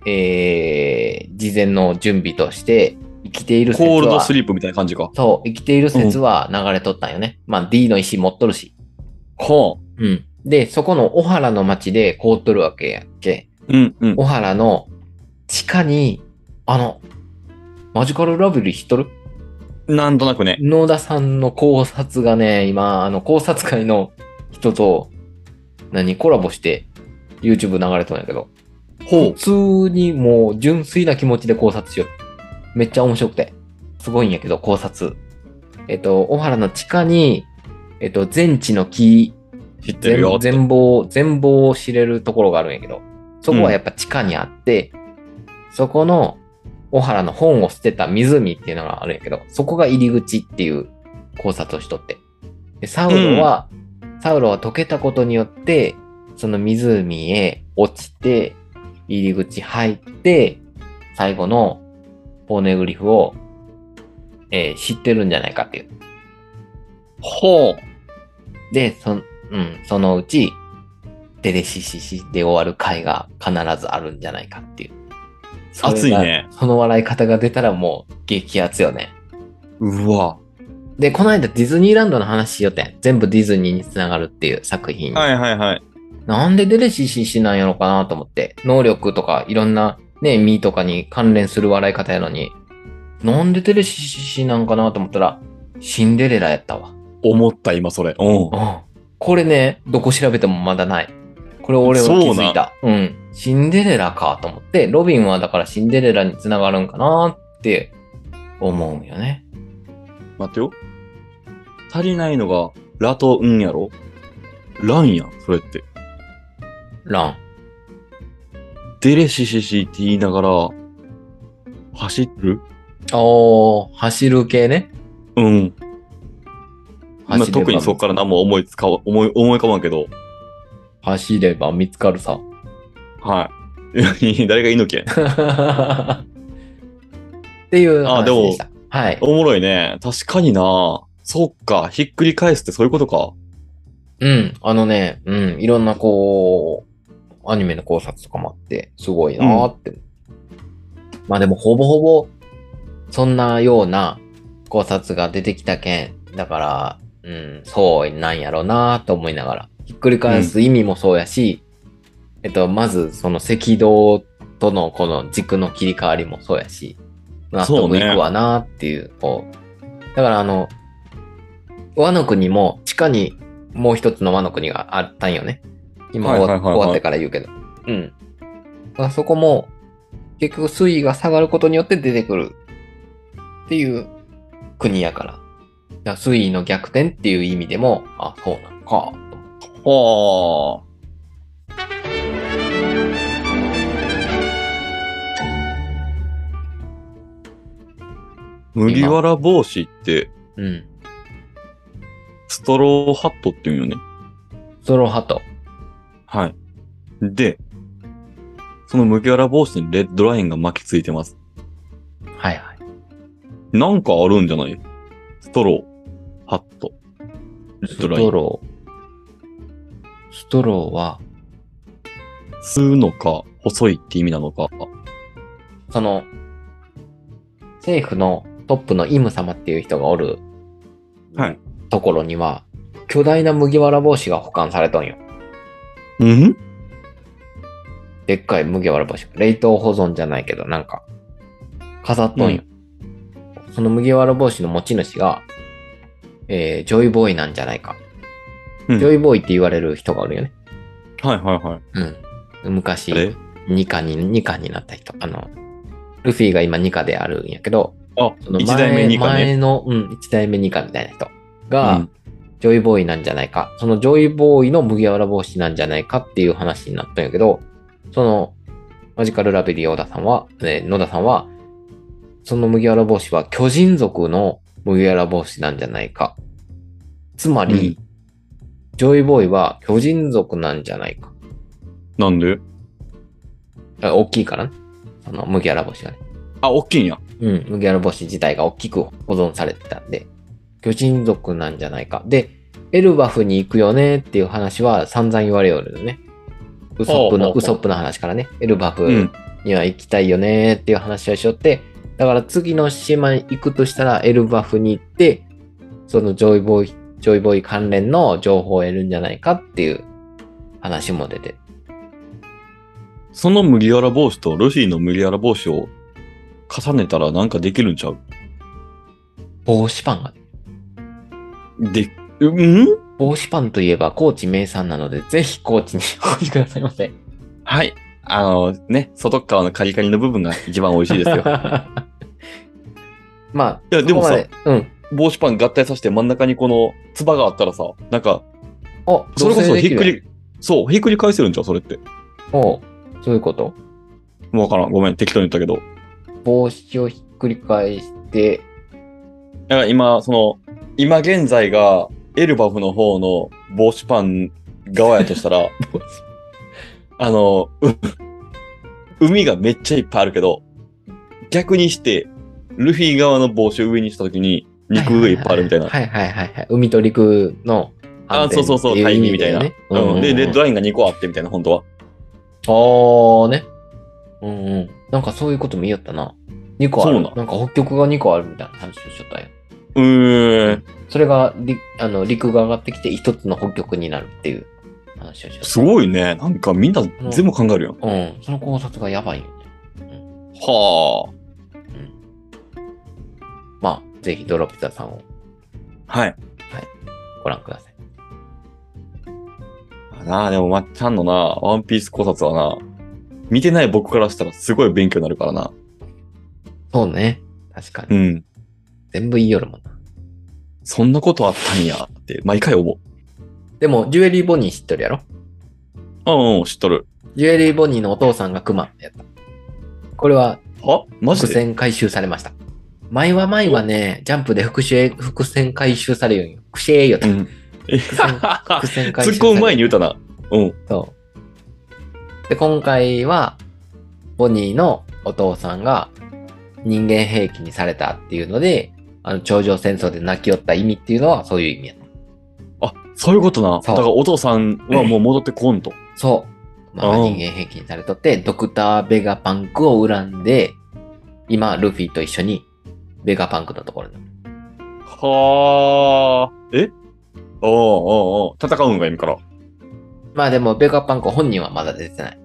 Speaker 1: えー、事前の準備として、生きている説は、
Speaker 2: コールドスリープみたいな感じか。
Speaker 1: そう、生きている説は流れとったんよね。まあ D の石持っとるし。
Speaker 2: はあ。
Speaker 1: うん。で、そこの小原の町で凍っとるわけやっけ。
Speaker 2: うん、うん。
Speaker 1: 小原の地下に、あの、マジカルラブリー知っとる
Speaker 2: なんとなくね。
Speaker 1: 野田さんの考察がね、今、あの考察会の人と、何、コラボして、YouTube 流れとんやけど、
Speaker 2: ほ
Speaker 1: 普通にもう純粋な気持ちで考察しよう。めっちゃ面白くて。すごいんやけど、考察。えっと、小原の地下に、えっと、全地の木、
Speaker 2: う。知ってる
Speaker 1: 全
Speaker 2: よ。
Speaker 1: 全貌、全貌を知れるところがあるんやけど、そこはやっぱ地下にあって、そこの小原の本を捨てた湖っていうのがあるんやけど、そこが入り口っていう考察をしとって。でサウロは、サウロは溶けたことによって、その湖へ落ちて、入り口入って、最後のポーネグリフを、えー知ってるんじゃないかっていう。
Speaker 2: ほう。
Speaker 1: で、そ,、うん、そのうち、デレシシシで終わる回が必ずあるんじゃないかっていう。それが
Speaker 2: 熱いね。
Speaker 1: その笑い方が出たらもう激アツよね。
Speaker 2: うわ。
Speaker 1: で、この間ディズニーランドの話しよってん。全部ディズニーにつながるっていう作品に。
Speaker 2: はいはいはい。
Speaker 1: なんでデレシシシなんやろかなと思って。能力とかいろんなね、身とかに関連する笑い方やのに。なんでデレシシシなんかなと思ったら、シンデレラやったわ。
Speaker 2: 思った今それ。うん。
Speaker 1: うんこれね、どこ調べてもまだない。これ俺は気づいた。うん。シンデレラかと思って、ロビンはだからシンデレラにつながるんかなって思うんよね。
Speaker 2: 待ってよ。足りないのが、ラとんやろランやん、それって。
Speaker 1: ラン。
Speaker 2: デレシシシって言いながら、走る
Speaker 1: おー、走る系ね。
Speaker 2: うん。まあ
Speaker 1: 走れば
Speaker 2: 特にそこから何も思いつかわ、思い、思い浮かばんけど。
Speaker 1: 走れば見つかるさ。
Speaker 2: はいいや。 誰がいいのけ
Speaker 1: っていう話でした。はい。
Speaker 2: おもろいね。確かになそっか。ひっくり返すってそういうことか。
Speaker 1: うん。あのね、うん。いろんなこう、アニメの考察とかもあって、すごいなーって。まあでも、ほぼほぼ、そんなような考察が出てきたけん。だから、うん、そうなんやろうなーと思いながら。ひっくり返す意味もそうやし、えっと、まず、その赤道とのこの軸の切り替わりもそうやし、納
Speaker 2: そう
Speaker 1: 得
Speaker 2: ね
Speaker 1: いくわなーっていう、こう。だから、あの、和の国も地下にもう一つの和の国があったんよね。今
Speaker 2: はい
Speaker 1: 終
Speaker 2: は
Speaker 1: わ
Speaker 2: いはいはい
Speaker 1: 終わってから言うけど。うん。あそこも結局水位が下がることによって出てくるっていう国やから。だから水位の逆転っていう意味でも、あ、そうなのか。
Speaker 2: はあ。麦わら帽子って、
Speaker 1: うん。
Speaker 2: ストローハットって言うんよね。
Speaker 1: ソロハト。
Speaker 2: はい。で、その麦わら帽子にレッドラインが巻きついてます。
Speaker 1: はいはい。
Speaker 2: なんかあるんじゃないストロー、ハット、レッ
Speaker 1: スト
Speaker 2: ドライン。
Speaker 1: ロー。ストローは、
Speaker 2: 吸うのか、細いって意味なのか。
Speaker 1: その、政府のトップのイム様っていう人がおる
Speaker 2: はい。
Speaker 1: ところには、巨大な麦わら帽子が保管されとんよ。
Speaker 2: うん
Speaker 1: でっかい麦わら帽子。冷凍保存じゃないけど、なんか、飾っとんよ。その麦わら帽子の持ち主が、えー、ジョイボーイなんじゃないか。
Speaker 2: うん
Speaker 1: ジョイボーイって言われる人がおるよね。
Speaker 2: はいはいはい。
Speaker 1: うん。
Speaker 2: あれ
Speaker 1: 昔、2課に、二課になった人。あの、ルフィが今2課であるんやけど、
Speaker 2: あ
Speaker 1: その、
Speaker 2: 一代目
Speaker 1: 前
Speaker 2: 二課ね。
Speaker 1: 前の、うん、1代目2課みたいな人が、
Speaker 2: うん
Speaker 1: ジョイボーイなんじゃないか。そのジョイボーイの麦わら帽子なんじゃないかっていう話になったんやけど、そのマジカルラベリー小田さんは、えー野田さんは、その麦わら帽子は巨人族の麦わら帽子なんじゃないか。つまり、
Speaker 2: うん
Speaker 1: ジョイボーイは巨人族なんじゃないか。
Speaker 2: なんで
Speaker 1: あ大きいからね。その麦わら帽子がね。
Speaker 2: あ、大きいんや。
Speaker 1: うん、麦わら帽子自体が大きく保存されてたんで、巨人族なんじゃないか。で、エルバフに行くよねっていう話は散々言われよるよね。ウソップ
Speaker 2: ほうほう
Speaker 1: の、
Speaker 2: ほう
Speaker 1: ウソップの話からね、エルバ
Speaker 2: う
Speaker 1: フ
Speaker 2: ん。
Speaker 1: には行きたいよねっていう話をしよって、だから次の島に行くとしたらエルバフに行って、そのジョイボーイ、ジョイボーイ関連の情報を得るんじゃないかっていう話も出て。
Speaker 2: その麦わら帽子とルフィの麦わら帽子を重ねたらなんかできるんちゃう
Speaker 1: 帽子パンが、
Speaker 2: で、うん
Speaker 1: 帽子パンといえば高知名産なので、ぜひ高知に お越しくださいませ。
Speaker 2: はい。あのね、外っ側のカリカリの部分が一番美味しいですよ。
Speaker 1: まあ、
Speaker 2: いやでもさ
Speaker 1: そこまでうん。
Speaker 2: 帽子パン合体させて真ん中にこのつばがあったらさ、なんか、
Speaker 1: お、
Speaker 2: それこ
Speaker 1: 同棲
Speaker 2: そ
Speaker 1: で
Speaker 2: ひ
Speaker 1: き
Speaker 2: っ
Speaker 1: る
Speaker 2: くり、そう、ひっくり返せるんちゃうそれって。
Speaker 1: おそういうこと
Speaker 2: もうわからん。ごめん、適当に言ったけど。
Speaker 1: 帽子をひっくり返して、
Speaker 2: だから今、その、今現在がエルバフの方の帽子パン側やとした ら、あの、う海がめっちゃいっぱいあるけど、逆にして、ルフィ側の帽子を上にしたときに、肉がいっぱいあるみたいな。
Speaker 1: はいはいはいはい。海と陸の
Speaker 2: あ、
Speaker 1: 反転
Speaker 2: そうそうそ
Speaker 1: っ
Speaker 2: う、
Speaker 1: てい
Speaker 2: 対
Speaker 1: 意
Speaker 2: 比
Speaker 1: 味
Speaker 2: みた
Speaker 1: だ
Speaker 2: い
Speaker 1: よ
Speaker 2: な。
Speaker 1: ね
Speaker 2: うん。で、レッド
Speaker 1: アイ
Speaker 2: ラインが2個あってみたいな、本当は。
Speaker 1: あーね。うんうん。なんかそういうことも言いよったな。2個ある。
Speaker 2: そう
Speaker 1: な
Speaker 2: なん
Speaker 1: んか北極が2個あるみたいな話をしちゃったよ。
Speaker 2: うーん。
Speaker 1: それがりあの陸が上がってきて一つの北極になるっていう話をしちゃった。
Speaker 2: すごいね。なんかみんな全部考えるよ。
Speaker 1: うん。その考察がやばいよね。
Speaker 2: は
Speaker 1: まあ、ぜひドロピザさんを
Speaker 2: あ。はい。
Speaker 1: ご覧ください。
Speaker 2: なあ、でもまっちゃんのな、ワンピース考察はな、見てない僕からしたらすごい勉強になるからな。
Speaker 1: そうね。確か
Speaker 2: う
Speaker 1: に。
Speaker 2: ん。
Speaker 1: 全部言いよるもんな。
Speaker 2: そんなことあったんやって、毎回思う。
Speaker 1: でも、ジュエリーボニー知っとるやろ
Speaker 2: うんうん、知っとる。
Speaker 1: ジュエリーボニーのお父さんがクマやった。これは
Speaker 2: はマジ
Speaker 1: 伏
Speaker 2: で
Speaker 1: 線回収されました。前は前はね、ジャンプで伏線伏線回収されるんよ。くしえよと
Speaker 2: う。ん。え
Speaker 1: 線伏線回収
Speaker 2: 突っ込む前に言うたな。うん。
Speaker 1: そう。で、今回は、ボニーのお父さんが人間兵器にされたっていうので、あの、頂上戦争で泣き寄った意味っていうのはそういう意味やった。
Speaker 2: あ、そういうことな。
Speaker 1: そ
Speaker 2: だ
Speaker 1: う
Speaker 2: からお父さんはもう戻ってこんと。
Speaker 1: そう。まあ、
Speaker 2: う
Speaker 1: 人
Speaker 2: ん
Speaker 1: 間兵器にされとって、ドクター・ベガパンクを恨んで、今、ルフィと一緒に、ベガパンクのところに。
Speaker 2: はあ。えおうおうおう戦うんが意味から。
Speaker 1: まあでも、ベガパンク本人はまだ出てない。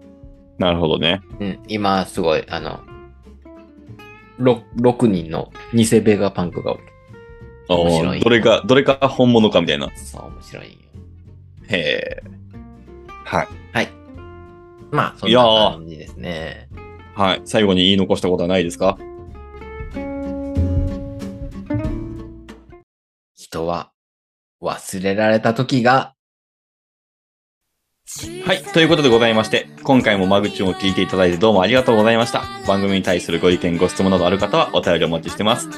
Speaker 2: なるほどね。
Speaker 1: うん、今、すごい、あの、ろ 6, 人の偽ベガパンクがおる。
Speaker 2: おう
Speaker 1: 面白い
Speaker 2: どれが、どれが本物かみたいな。
Speaker 1: そう、面白いんよ。
Speaker 2: へえ。はい。
Speaker 1: はい。まあ、そん
Speaker 2: いや
Speaker 1: な
Speaker 2: ー
Speaker 1: 感じですね。
Speaker 2: はい。最後に言い残したことはないですか
Speaker 1: 人は忘れられた時が、
Speaker 2: はい。ということでございまして、今回も間口を聞いていただいてどうもありがとうございました。番組に対するご意見、ご質問などある方はお便りお待ちしてます。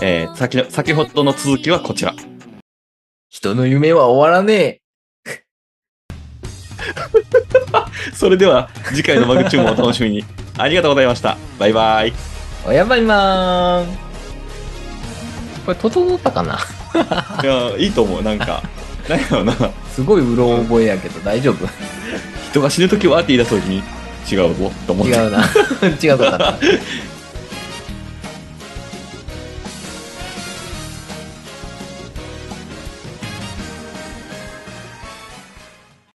Speaker 2: えー、先の、先ほどの続きはこちら。
Speaker 1: 人の夢は終わらねえ。
Speaker 2: それでは、次回の間口もお楽しみ に。ありがとうございました。バイバイ。
Speaker 1: おやばいまーん。これ、整ったかな
Speaker 2: いや、いいと思う。なんか、なんやろうな。
Speaker 1: すごいうろ覚えやけど、大丈夫
Speaker 2: 人が死ぬときはって言い出すときに、違うぞ。と思って。
Speaker 1: 違うな。違うかった。